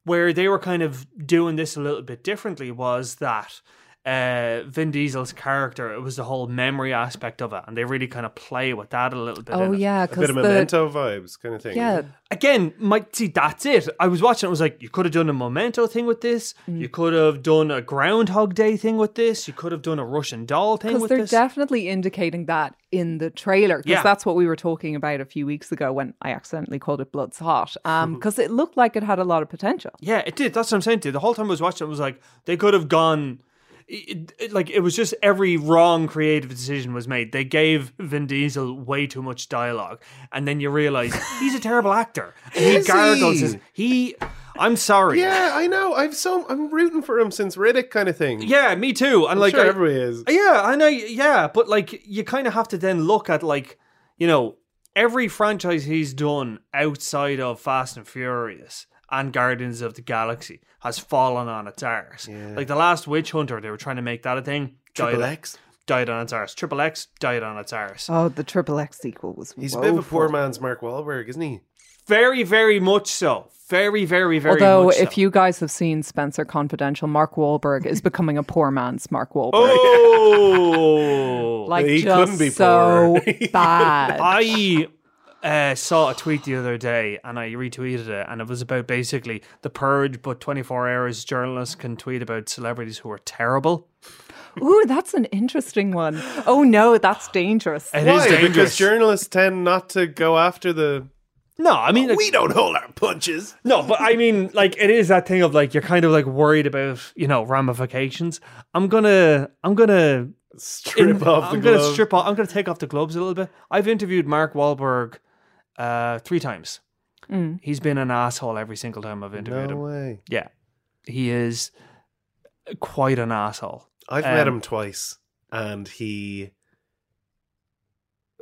where they were kind of doing this a little bit differently was that uh, Vin Diesel's character, it was the whole memory aspect of it, and they really kind of play with that a little bit. Oh in it. yeah, a bit because of the memento vibes kind of thing. yeah, Again, Mike, see, that's it. I was watching, I was like, you could have done a memento thing with this, Mm. you could have done a Groundhog Day thing with this, you could have done a Russian doll thing because with they're this. definitely indicating that in the trailer because Yeah. that's what we were talking about a few weeks ago when I accidentally called it Blood's Hot. Um, because it looked like it had a lot of potential. Yeah, it did. That's what I'm saying to you. The whole time I was watching, it was like they could have gone. It, it- like it was just every wrong creative decision was made. They gave Vin Diesel way too much dialogue, and then you realize he's a terrible actor. And he Is he? gargles. His, he, I'm sorry. Yeah, I know. I've so I'm rooting for him since Riddick kind of thing. Yeah, me too. And I'm like, sure I- everybody is. yeah, I know. Yeah, but like, you kind of have to then look at like, you know, every franchise he's done outside of Fast and Furious and Guardians of the Galaxy has fallen on its arse. Like the last Witch Hunter, they were trying to make that a thing. Died, Triple X. died on its arse. Triple X died on its arse. Oh, the Triple X sequel was. He's a bit of a poor man's Mark Wahlberg, isn't he? Very, very much so. Very, very, very Although, much so. if you guys have seen Spencer Confidential, Mark Wahlberg is becoming a poor man's Mark Wahlberg. Oh, like just so bad. I uh, saw a tweet the other day and I retweeted it, and it was about basically the purge, but 24 hours journalists can tweet about celebrities who are terrible. Ooh, that's an interesting one. Oh no, that's dangerous. It is dangerous. Because journalists tend not to go after the. No, I mean, like- We don't hold our punches. No, but I mean, like, it is that thing of like you're kind of like worried about you know ramifications. I'm gonna, I'm gonna Strip off the I'm gonna glove. strip off. I'm gonna take off the gloves a little bit. I've interviewed Mark Wahlberg uh, three times. He's been an asshole every single time I've interviewed No him. way. Yeah, he is quite an asshole. I've met Um, him twice, and he.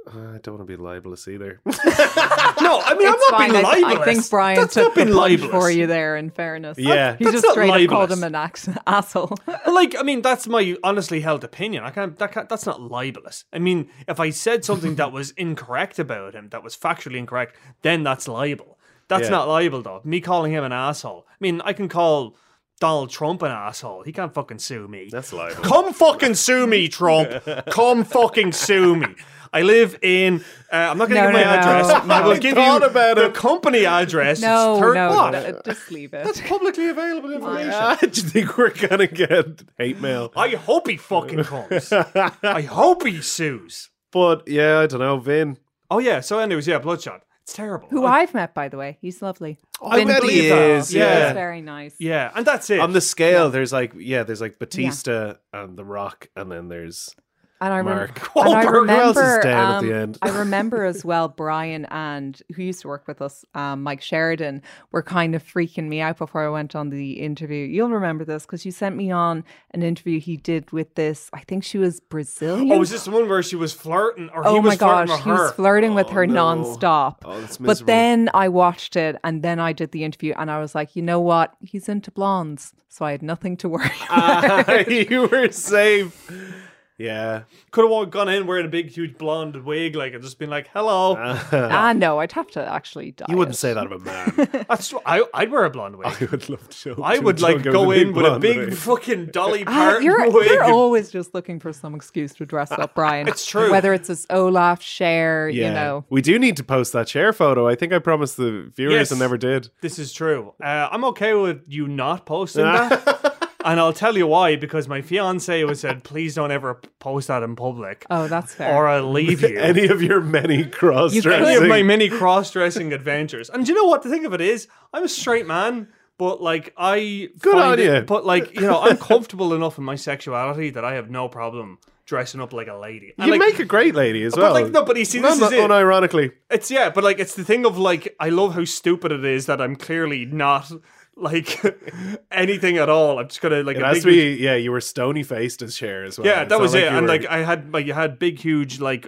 uh, I don't want to be libelous either. No, I mean, It's I'm not fine. being I- libelous. I, think Brian That's not took being the punch libelous. for you there. In fairness, Yeah. he That's just not straight up called libelous. him an ax- asshole. like I mean, that's my honestly held opinion. I can't. That can't, that's not libelous. I mean, if I said something that was incorrect about him, that was factually incorrect, then that's libel. That's Yeah. not libel though. Me calling him an asshole. I mean, I can call Donald Trump an asshole. He can't fucking sue me. That's libel. Come fucking sue me, Trump. Come fucking sue me. I live in. Uh, I'm not going to No, give my no, no. address. I will give you thought about the it. company address. no, it's third no, what? no, just leave it. Publicly available information. do you think we're gonna get hate mail? I hope he fucking comes. I hope he sues. But yeah, I don't know, Vin. Oh yeah. So, anyways, yeah, Bloodshot. It's terrible. Oh, Who I've met, by the way, he's lovely. I Vin bet he Diesel. is, yeah. he's very nice. yeah, and that's it. On the scale, there's like yeah, there's like Batista and The Rock, and then there's And I, remember, Mark. and I Wahlberg, remember, who else is down at the um, end? I remember as well, Brian and who used to work with us, um, Mike Sheridan, were kind of freaking me out before I went on the interview. You'll remember this because you sent me on an interview he did with this. I think she was Brazilian. oh, was this the one where she was flirting, or he Oh was my gosh, flirting he with her? was flirting with her nonstop. Oh, that's but miserable. then I watched it, and then I did the interview, and I was like, you know what? He's into blondes, so I had nothing to worry. about. you were safe. Yeah, Could have all gone in wearing a big, huge blonde wig, like, and just been like, "Hello." Uh. ah, no, I'd have to actually die. you wouldn't say that of a man. that's tr- I, I'd wear a blonde wig. I would love to show. I to would like Django go the in with a blonde big wig. fucking Dolly Ah, Parton you're, wig. you're always just looking for some excuse to dress up, Brian. It's true. Whether it's this Olaf share, Yeah, you know. we do need to post that share photo. I think I promised the viewers Yes. and never did. This is true. Uh, I'm okay with you not posting that. And I'll tell you why, because my fiance was said, please don't ever p- post that in public, Oh, that's fair. or I'll leave you. any, Any of your many cross of my dressing? many cross-dressing adventures. And do you know what? The thing of it is, I'm a straight man, but like I Good find on it- you. But like you know, I'm comfortable enough in my sexuality that I have no problem dressing up like a lady. And, You like, Oh, make a great lady as well. But like, no, but you see, this Not is it. unironically. It's yeah, but like it's the thing of like I love how stupid it is that I'm clearly not like anything at all. I'm just gonna like It a has big to be, yeah, you were stony faced as Cher as well. yeah, It's that not was it. you and were- like I had my you had big huge like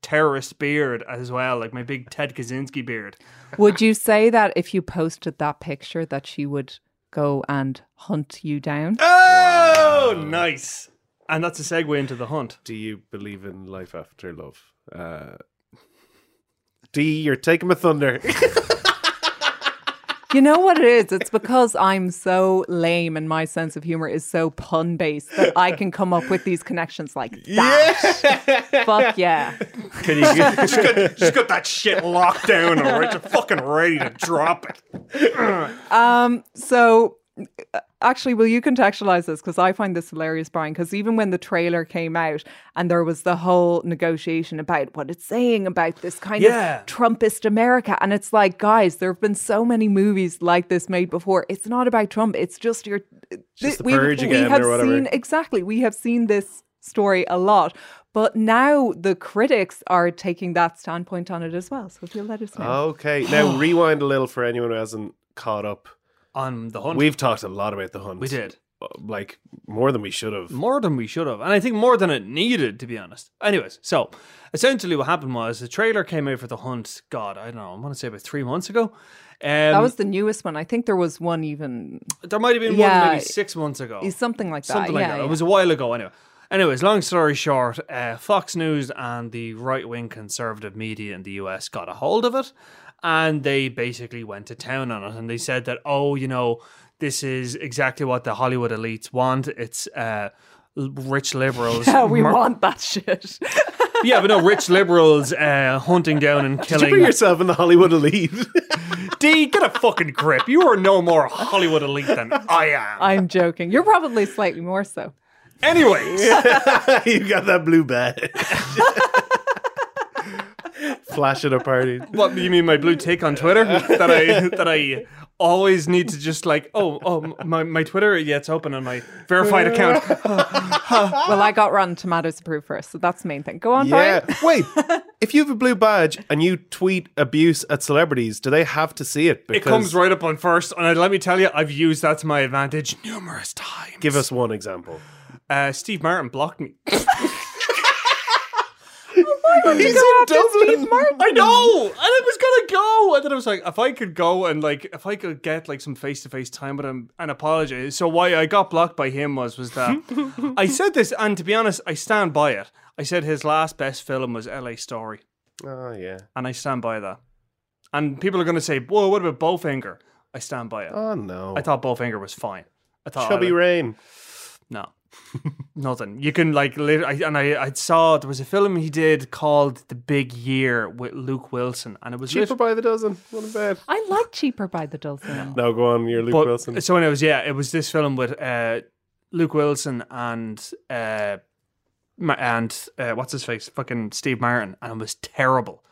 terrorist beard as well, like my big Ted Kaczynski beard. Would you say that if you posted that picture that she would go and hunt you down? Oh, nice. And that's a segue into the hunt. do you believe in life after love? Uh, D, you're taking my thunder. You know what it is? It's because I'm so lame and my sense of humor is so pun based that I can come up with these connections like that. Fuck yeah. Can you just, got, just got that shit locked down, all right? You're fucking ready to drop it. So, uh, actually, will you contextualize this? Because I find this hilarious, Brian. Because even when the trailer came out and there was the whole negotiation about what it's saying about this kind Yeah. of Trumpist America, and it's like, guys, there have been so many movies like this made before. It's not about Trump. It's just your. Just the we've- purge again or have whatever. seen exactly. We have seen this story a lot. But now the critics are taking that standpoint on it as well. So if you'll let us know. okay, now rewind a little for anyone who hasn't caught up. On the hunt. We've talked a lot about the hunt. Uh, we did. Like, more than we should have. More than we should have. And I think more than it needed, to be honest. Anyways, so essentially what happened was the trailer came out for The Hunt, God, I don't know, I want to say about three months ago. Um, that was the newest one. I think there was one even there might have been one Yeah. maybe six months ago. something like that. Something like yeah, that. yeah. It was a while ago, anyway. Anyways, long story short, uh, Fox News and the right wing conservative media in the US got a hold of it and they basically went to town on it and they said that, oh, you know, this is exactly what the Hollywood elites want. It's uh, l- rich liberals. Yeah, Oh, we mur- want that shit. yeah, but no, rich liberals uh, hunting down and killing. Did you put yourself in the Hollywood elite? D, get a fucking grip. You are no more Hollywood elite than I am. I'm joking. You're probably slightly more so. Anyways, you got that blue badge. Flash at a party. What do you mean my blue tick on Twitter that I that I always need to just like oh oh my my Twitter yeah it's open on my verified account. well, I got Rotten Tomatoes approved first, so that's the main thing. Go on, Yeah. Brian. Wait, if you have a blue badge and you tweet abuse at celebrities, do they have to see it? It comes right up on first, and I, let me tell you, I've used that to my advantage numerous times. Give us one example. Uh, Steve Martin blocked me. He's in Dublin. I know, and I was gonna go, and then I was like, if I could go and like, if I could get like some face to face time with him and apologize. So why I got blocked by him was was that I said this, and to be honest, I stand by it. I said his last best film was L.A. Story, Oh yeah. and I stand by that. And people are gonna say, "Whoa, what about Bowfinger?" I stand by it. Oh no. I thought Bowfinger was fine. I thought Chubby I, Rain. no. Nothing. You can like later, I, and I, I saw there was a film he did called The Big Year with Luke Wilson, and it was lit- Cheaper by the dozen. What a bad. I like Cheaper by the Dozen. No, go on. You're Luke but- Wilson. So when it was yeah, it was this film with uh, Luke Wilson and uh, Ma- and uh, what's his face, fucking Steve Martin, and it was terrible.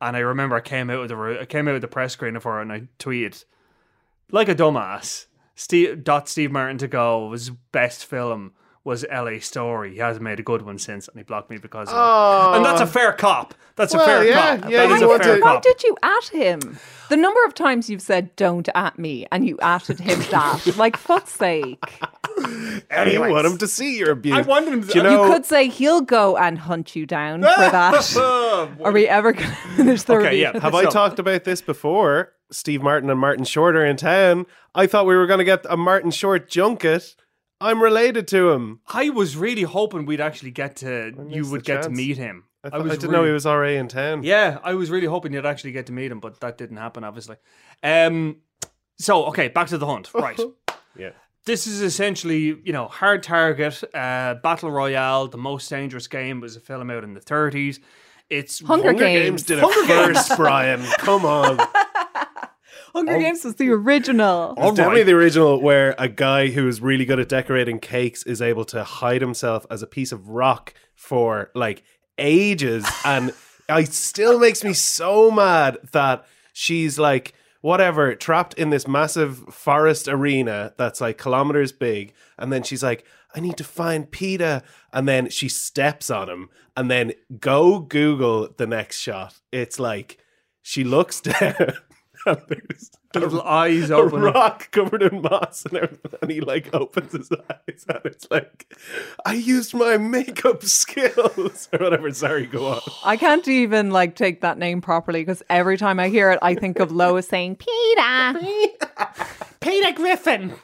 And I remember I came out of the ro- I came out of the press screener for it, and I tweeted like a dumbass. Steve dot Steve Martin to go his best film was L.A. Story. He hasn't made a good one since, and he blocked me because of it. And that's a fair cop. That's Oh. a Well, fair yeah, cop. yeah, that is you a want fair to- Why cop. did you at him? The number of times you've said "don't at me" and you atted him that, like fuck's sake. Anyway, you want him to see your abuse. I wanted him to- Do you You know, You could say he'll go and hunt you down for that. Oh, Are we ever going to finish the Okay, review? yeah. Have I So- talked about this before? Steve Martin and Martin Short are in town. I thought we were going to get a Martin Short junket. I'm related to him. I was really hoping we'd actually get to you missed would the get to chance. meet him. I, thought, I, was didn't really- know he was already in town. Yeah, I was really hoping you'd actually get to meet him, but that didn't happen, obviously. Um, so okay, back to the hunt. Right. Yeah. This is essentially, you know, hard target, uh, battle royale. The most dangerous game was a film out in the '30s. It's Hunger, Hunger Games. Games did it first, Brian. Come on. Hunger Games was the original. It's definitely the original where a guy who is really good at decorating cakes is able to hide himself as a piece of rock for like ages. And it still makes me so mad that she's like, whatever, trapped in this massive forest arena that's like kilometers big. And then she's like, I need to find PETA. And then she steps on him. And then go Google the next shot. It's like, she looks down. and there's The little eyes a open. rock covered in moss and everything. And he like opens his eyes and it's like, I used my makeup skills or whatever. Sorry, go on. I can't even like take that name properly because every time I hear it, I think of Lois saying "Peter." Peter Griffin.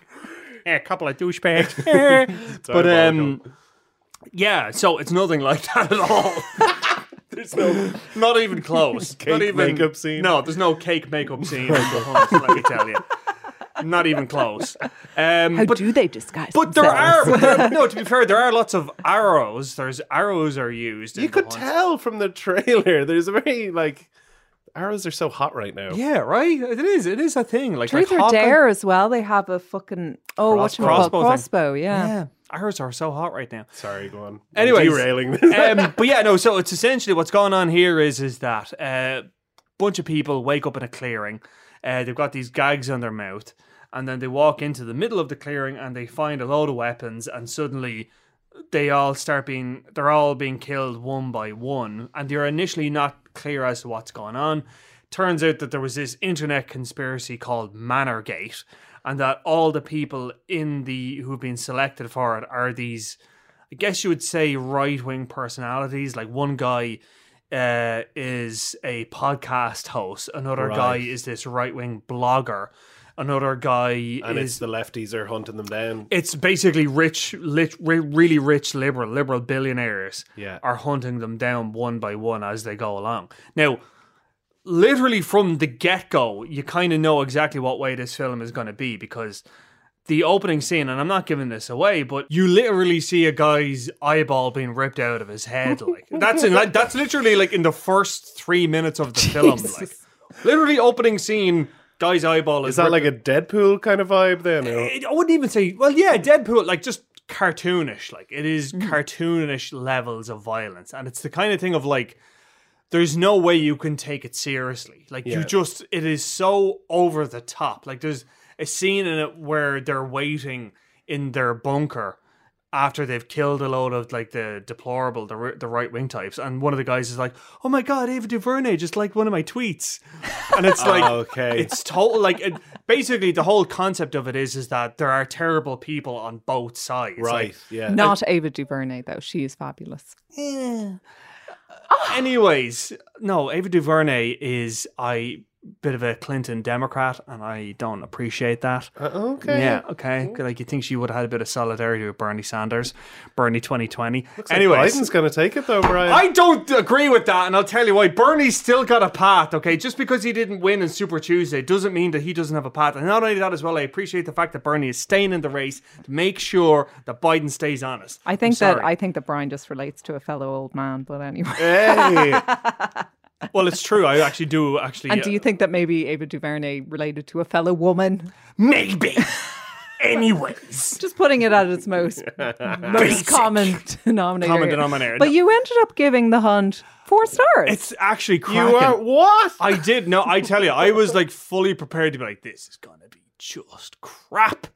a couple of douchebags. but um, yeah, so it's nothing like that at all. there's no, not even close. not Cake even makeup scene? No, there's no cake makeup scene. in the Hunt, let me tell you, not even close. Um, How but do they disguise? but there are themselves? but there- no. To be fair, there are lots of arrows. There's arrows are used. You in the could Hunt. tell from the trailer. There's a very like arrows are so hot right now. Yeah, right. It is. It is a thing. Like Truth like or Hawkeye- Dare as well. They have a fucking oh, what's Crossbow. Crossbow crossbow? thing. Crossbow, yeah. Yeah, arrows are so hot right now. Sorry, go on. I'm Anyways. derailing this. um, but yeah, no. So it's essentially what's going on here is is that a uh, bunch of people wake up in a clearing. Uh, they've got these gags on their mouth, and then they walk into the middle of the clearing and they find a load of weapons, and suddenly they all start being they're all being killed one by one, and they're initially not clear as to what's going on. Turns out that there was this internet conspiracy called Manorgate, and that all the people in the who've been selected for it are these I guess you would say right wing personalities. Like one guy uh, is a podcast host, another guy Right. is this right wing blogger. another guy And is it's the lefties are hunting them down. it's basically rich, lit, re- really rich liberal, liberal billionaires Yeah. are hunting them down one by one as they go along. Now, literally from the get go, you kind of know exactly what way this film is going to be because the opening scene, and I'm not giving this away, but you literally see a guy's eyeball being ripped out of his head. Like that's in, like, that's literally like in the first three minutes of the film. Like literally opening scene, guy's eyeball is, Is that ripped- like a Deadpool kind of vibe then? or- it- I wouldn't even say. Well, yeah, Deadpool, like just cartoonish. Like it is Mm-hmm. cartoonish levels of violence, and it's the kind of thing of like, there's no way you can take it seriously. Like Yeah. you just, it is so over the top. Like there's a scene in it where they're waiting in their bunker after they've killed a load of like the deplorable, the, ri- the right wing types, and one of the guys is like, "Oh my god, Ava DuVernay just liked one of my tweets," and it's like, Oh, Okay. it's total like it, basically the whole concept of it is is that there are terrible people on both sides. right. Like, yeah. Not Ava DuVernay though. She is fabulous. eh. anyways, no, Ava DuVernay is a bit of a Clinton Democrat, and I don't appreciate that. Uh, okay. Yeah, okay. Like you think she would have had a bit of solidarity with Bernie Sanders, Bernie 2020. Anyways, Biden's going to take it though, Brian. I don't agree with that, and I'll tell you why. Bernie's still got a path, okay? Just because he didn't win in Super Tuesday doesn't mean that he doesn't have a path. And not only that, as well, I appreciate the fact that Bernie is staying in the race to make sure that Biden stays honest. I I'm think that sorry. I think that Brian just relates to a fellow old man, but anyway. Hey. Well, it's true. I actually do actually. uh, And do you think that maybe Ava DuVernay related to a fellow woman? maybe? Anyways, Just putting it at its most most common denominator. Common here. denominator, But no. you ended up giving The Hunt four stars. it's actually you cracking. are what? I did. No, I tell you, I was like fully prepared to be like, this is gonna be just crap.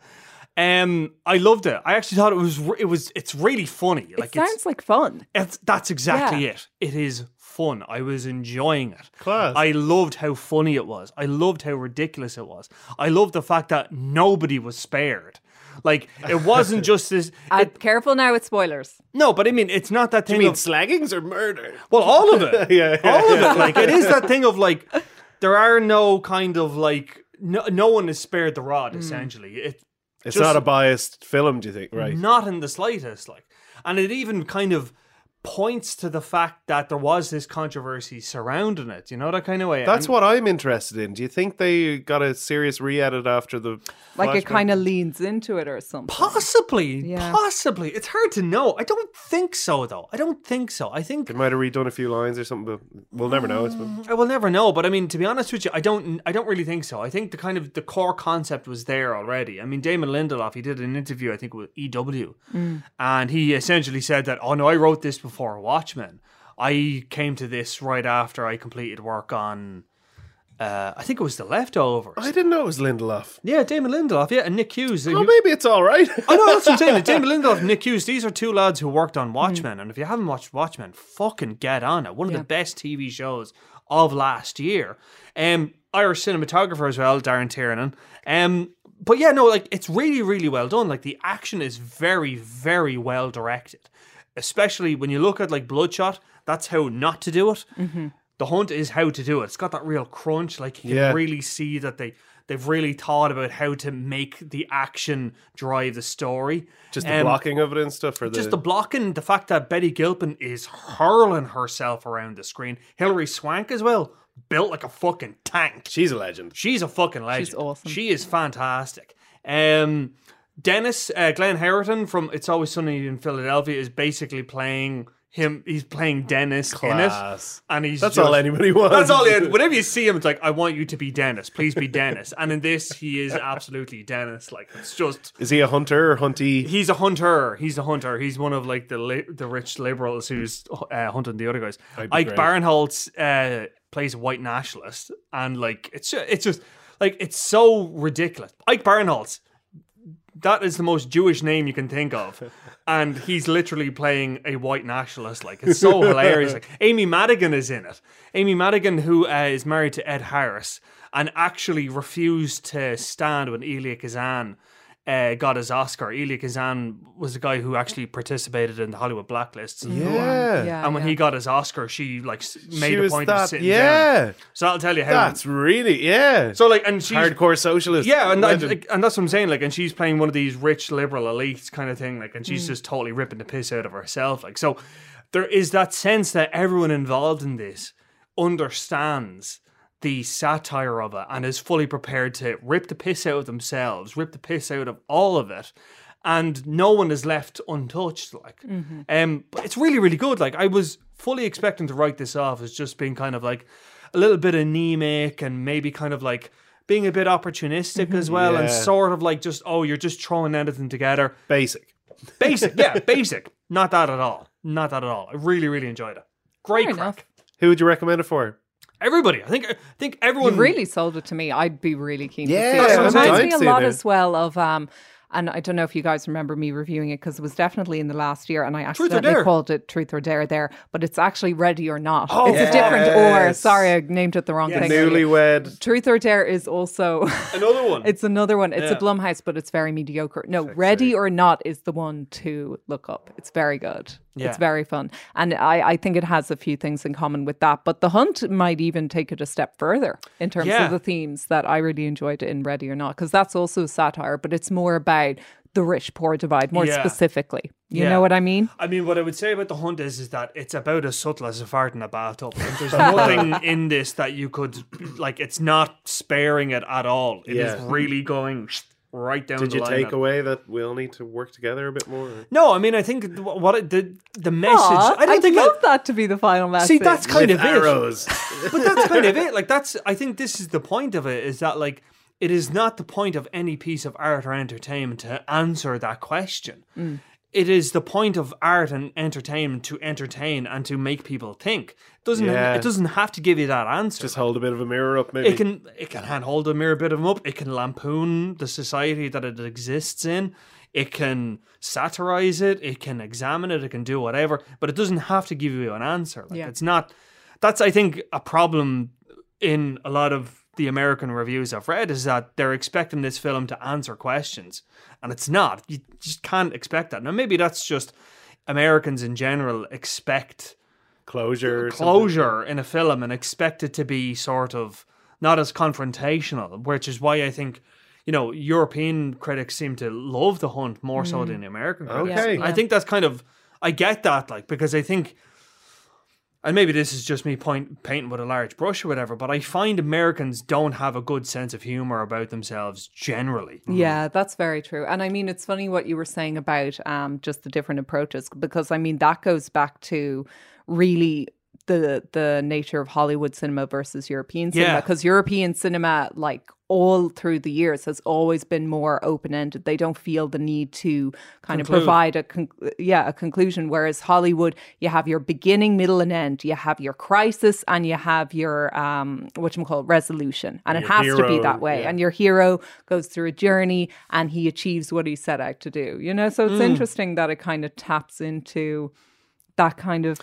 Um, I loved it. I actually thought it was. re- It was. It's really funny. it Like sounds it's, like fun. It's, that's exactly Yeah. it. It is fun. I was enjoying it. Class. I loved how funny it was. I loved how ridiculous it was. I loved the fact that nobody was spared. Like it wasn't just this. Uh, careful now with spoilers. No, but I mean, it's not that thing. mean of, slaggings or murder? well, all of it. Yeah, yeah, all of it. Like it is that thing of like there are no kind of like no, no one is spared the rod. Essentially, it It's Just- Mm-hmm. not a biased film, do you think? Right. not in the slightest. Like, and it even kind of points to the fact that there was this controversy surrounding it. You know that kind of way. That's And- what I'm interested in. Do you think they got a serious re-edit after the Like flashback? it kind of leans into it or something. Possibly, Yeah. possibly. It's hard to know. I don't think so, though. I don't think so. I think Mm, They might have redone a few lines or something, but we'll never know. I suppose. I will never know, but I mean, to be honest with you, I don't, I don't really think so. I think the kind of the core concept was there already. I mean, Damon Lindelof, he did an interview, I think, with EW, and he essentially said that, "Oh no, I wrote this before Watchmen. I came to this right after I completed work on, uh, I think it was The Leftovers. I didn't know it was Lindelof. yeah, Damon Lindelof, yeah, and Nick Hughes. Well, maybe it's all right. I know that's what I'm saying. Like, Damon Lindelof, and Nick Hughes, these are two lads who worked on Watchmen, and if you haven't watched Watchmen, fucking get on it. One of the best TV shows of last year. Um, Irish cinematographer as well, Darren Tiernan. Um, but yeah, no, like it's really, really well done. Like the action is very, very well directed. Especially when you look at like Bloodshot, that's how not to do it. The Hunt is how to do it. It's got that real crunch. Like you Yeah. can really see that they they've really thought about how to make the action drive the story. Just the Um, blocking of it and stuff, or the, Just the blocking, the fact that Betty Gilpin is hurling herself around the screen. Hilary Swank as well, built like a fucking tank. she's a legend. She's a fucking legend. She's awesome. She is fantastic. Um, Dennis uh, Glenn Harrington from It's Always Sunny in Philadelphia is basically pplaying him. He's playing Dennis Class. in it, and he's That's just- all anybody wants. That's all. He had. Whenever you see him, it's like I want you to be Dennis. Please be Dennis. And in this, he is absolutely Dennis. Like it's just Is he a hunter or hunty? he's a hunter. He's a hunter. He's one of like the li- the rich liberals who's uh, hunting the other guys. be Ike great. Barinholtz uh, plays a white nationalist, and like it's ju- it's just like it's so ridiculous. Ike Barinholtz. That is the most Jewish name you can think of, and he's literally playing a white nationalist. Like it's so hilarious. Like Amy Madigan is in it. Amy Madigan, who uh, is married to Ed Harris, and actually refused to stand when Elia Kazan uh, uh, got his Oscar. Elia Kazan was the guy who actually participated in the Hollywood blacklists. And Yeah. Yeah, and when he got his Oscar, she like s- made a was point that- of sitting yeah. down. So that'll tell you how That's really yeah. So like, and she's hardcore socialist. Yeah, and, I- legend. like, and that's what I'm saying. Like, and she's playing one of these rich liberal elites kind of thing. Like, and she's Mm. just totally ripping the piss out of herself. Like, so there is that sense that everyone involved in this understands the satire of it and is fully prepared to rip the piss out of themselves, rip the piss out of all of it, and no one is left untouched. Like. Mm-hmm. Um, but it's really, really good. Like I was fully expecting to write this off as just being kind of like a little bit anemic and maybe kind of like being a bit opportunistic as well, and Yeah. sort of like just oh, you're just throwing anything together. Basic, basic, yeah, basic. Not that at all. Not that at all. I really, really enjoyed it. Great crack. Who would you recommend it for? Everybody, I think, I think everyone You really sold it to me. I'd be really keen Yeah, to see That's it. It what I'm reminds saying. me a I'd see lot it. as well of um and I don't know if you guys remember me reviewing it because it was definitely in the last year and I or accidentally Dare. called it Truth or Dare there, but it's actually Ready or Not. Oh, it's a different or. yes. Sorry, I named it the wrong Yes. thing. Newlywed. Truth or Dare is also another one. it's another one. It's Yeah. a Blumhouse, but it's very mediocre. No, Ready or Not is the one to look up. It's very good. Yeah. It's very fun. And I, I think it has a few things in common with that. But The Hunt might even take it a step further in terms Yeah. of the themes that I really enjoyed in Ready or Not, because that's also satire, but it's more about the rich poor divide, more Yeah. specifically. You Yeah. know what I mean? I mean, what I would say about the hunt is, is that it's about as subtle as a fart in a bathtub. Like, there's nothing in this that you could like. It's not sparing it at all. It is Yeah. really going right down. Did the you line take of- away that we'll need to work together a bit more? No, I mean, I think th- what it, the the message. Aw, I don't I'd think love that to be the final message. See, that's kind of arrows. it. But that's kind of it. Like that's. I think this is the point of it. Is that like it is not the point of any piece of art or entertainment to answer that question. It is the point of art and entertainment to entertain and to make people think. It doesn't Yeah. it doesn't have to give you that answer. Just hold a bit of a mirror up, maybe. It can it can hand hold a mirror bit of them up. It can lampoon the society that it exists in. It can satirize it. It can examine it. It can do whatever, but it doesn't have to give you an answer. Like Yeah. it's not. That's I think a problem in a lot of the American reviews I've read is that they're expecting this film to answer questions, and it's not. You just can't expect that. Now maybe that's just Americans in general expect closure, or something. closure in a film and expect it to be sort of not as confrontational, which is why I think. You know, European critics seem to love the hunt more so Mm. than the American critics. Okay. Yeah. I think that's kind of I get that, like, because I think and maybe this is just me point painting with a large brush or whatever, but I find Americans don't have a good sense of humor about themselves generally. Mm-hmm. Yeah, that's very true. And I mean, it's funny what you were saying about um, just the different approaches, because I mean, that goes back to really the the nature of Hollywood cinema versus European cinema, Yeah. because European cinema, like all through the years, has always been more open ended. They don't feel the need to kind of Conclude. provide a con- yeah a conclusion. Whereas Hollywood, you have your beginning, middle, and end. You have your crisis, and you have your um, what you call resolution, and it Your has to be hero, that way. yeah. And your hero goes through a journey and he achieves what he set out to do. You know, so it's Mm. interesting that it kind of taps into that kind of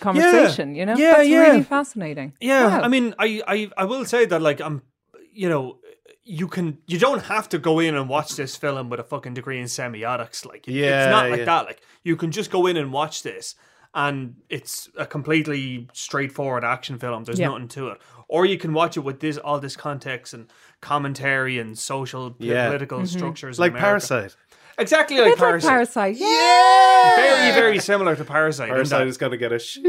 conversation. You know, that's really fascinating. Yeah, Wow. I mean, I, I I will say that like I'm, you know, you can you don't have to go in and watch this film with a fucking degree in semiotics. Like, it- Yeah, it's not like yeah. that. Like, you can just go in and watch this, and it's a completely straightforward action film. There's Yeah. nothing to it. Or you can watch it with this all this context and commentary and social Yeah. political Mhm. structures, in Like America. Parasite. Exactly A like bit like Parasite. Parasite. Yeah. Very very similar to Parasite. in Parasite that- is gonna get a shin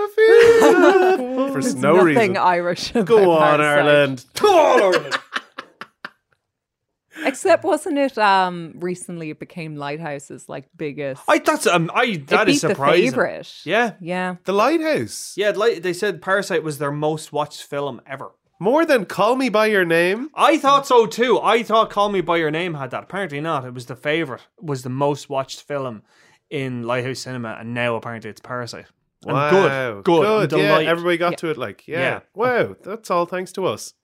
of it for There's no nothing reason. Irish. Go on, Parasite. Ireland. Except wasn't it um recently it became Lighthouse's like biggest I that's um I that is beat The surprising. Favourite. Yeah. Yeah. The Lighthouse. Yeah, like they said Parasite was their most watched film ever. More than Call Me by Your Name. I thought so too. I thought Call Me by Your Name had that. Apparently not. It was the favorite. Was the most watched film in Lighthouse Cinema, and now apparently it's Parasite. And Wow. good, good, I'm yeah, delighted. everybody got to it. Like, yeah. Yeah. Wow. That's all thanks to us.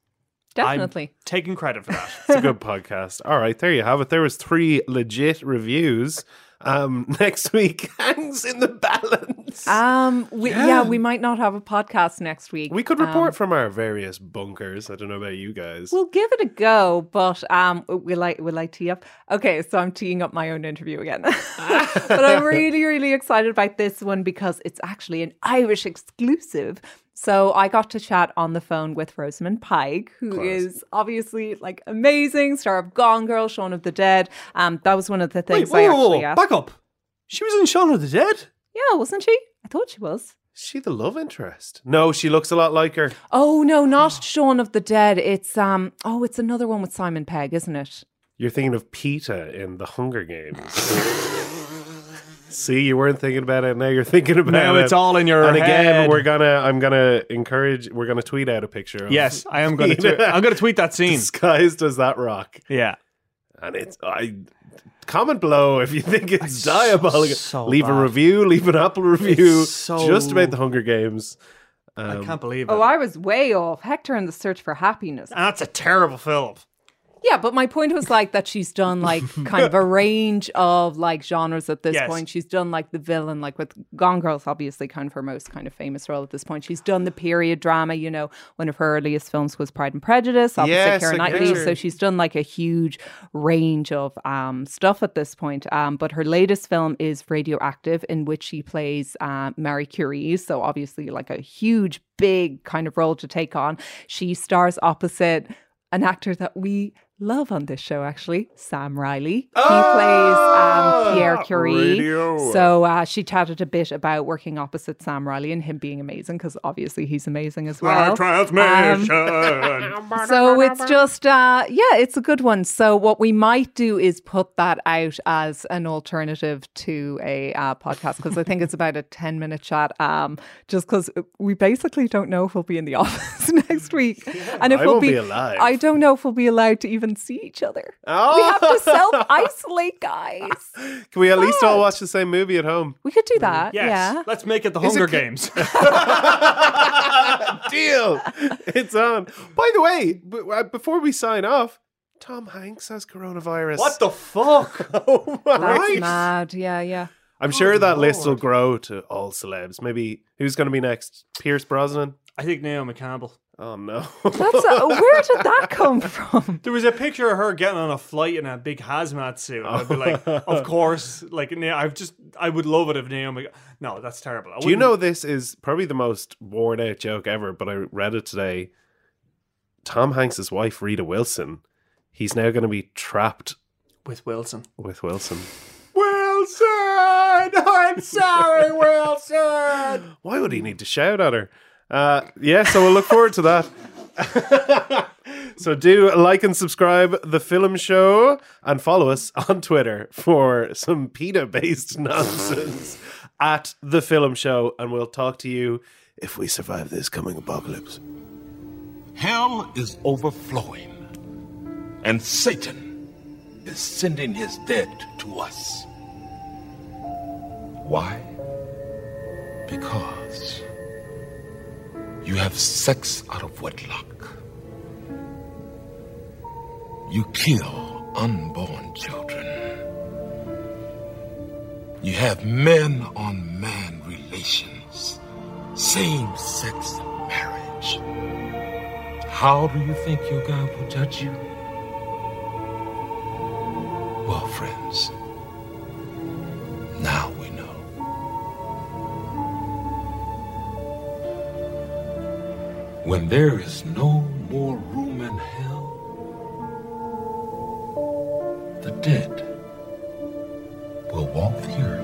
I'm taking credit for that. It's a good podcast. All right, there you have it. There was three legit reviews. Um, next week hangs in the balance. Um, we, yeah. Yeah. we might not have a podcast next week. We could Um, report from our various bunkers. I don't know about you guys. We'll give it a go, but um, will I will I tee up? Okay, so I'm teeing up my own interview again, but I'm really really excited about this one because it's actually an Irish exclusive. So I got to chat on the phone with Rosamund Pike, who is obviously like amazing star of Gone Girl, Shaun of the Dead. Um, that was one of the Wait, things whoa, I whoa, actually whoa, asked. back up. She was in Shaun of the Dead. Yeah, wasn't she? I thought she was. Is she the love interest? No, she looks a lot like her. Oh no, not Shaun of the Dead. It's um oh, it's another one with Simon Pegg, isn't it? You're thinking of PETA in the Hunger Games. See, you weren't thinking about it. Now you're thinking about Now it. it's all in your And again, head. we're gonna. I'm gonna encourage. We're gonna tweet out a picture. Of Yes, I am gonna. Tw- I'm gonna tweet that scene. disguised as that rock. Yeah. And it's I comment below if you think it's, diabolical. leave a review, leave an Apple review. It's so- Just about the Hunger Games. I can't believe it. Oh, I was way off. Hector and the Search for Happiness. That's a terrible film. Yeah, but my point was like that she's done like kind of a range of like genres at this Yes. point. She's done like the villain, like with Gone Girl's obviously kind of her most kind of famous role at this point. She's done the period drama, you know, one of her earliest films was Pride and Prejudice, obviously Yes, Keira I Knightley. pictured. So she's done like a huge range of um, stuff at this point. Um, but her latest film is Radioactive, in which she plays uh, Marie Curie. So obviously, like a huge, big kind of role to take on. She stars opposite an actor that we love on this show, actually, Sam Riley. He plays um, Pierre Curie. radio. So uh, she chatted a bit about working opposite Sam Riley and him being amazing because obviously he's amazing as well. Um, so it's just uh yeah it's a good one so what we might do is put that out as an alternative to a uh, podcast because i think it's about a 10 minute chat um just because we basically don't know if we'll be in the office next week and if I we'll won't be alive. i don't know if we'll be allowed to even see each other we have Oh. to self-isolate guys Can we at least all watch the same movie at home? we could do that Yes. yeah Let's make it the Hunger Games. Deal. it's on. By the way, b- uh, before we sign off, Tom Hanks has coronavirus. what the fuck? Oh my! that's mad yeah yeah I'm sure that list will grow to all celebs. Maybe who's going to be next? Pierce Brosnan. I think Naomi Campbell. Oh no! that's a, where did that come from There was a picture of her getting on a flight in a big hazmat suit. I'd be like, Oh. of course. Like, Na- I've just, I would love it if Naomi. No, that's terrible. I Do you wouldn't- know this is probably the most worn out joke ever? But I read it today. Tom Hanks' wife, Rita Wilson, he's now going to be trapped with Wilson? with Wilson. Wilson, Ah! I'm sorry, Wilson. Why would he need to shout at her? Uh, yeah, so we'll look forward to that. so do like and subscribe the film show and follow us on Twitter for some PETA based nonsense at the film show, and we'll talk to you if we survive this coming apocalypse. Hell is overflowing, and Satan is sending his dead to us. Why? Because you have sex out of wedlock. You kill unborn children. You have man on man relations, same sex marriage. How do you think your God will judge you? Well, friends, now we know. When there is no more room in hell, the dead will walk the earth.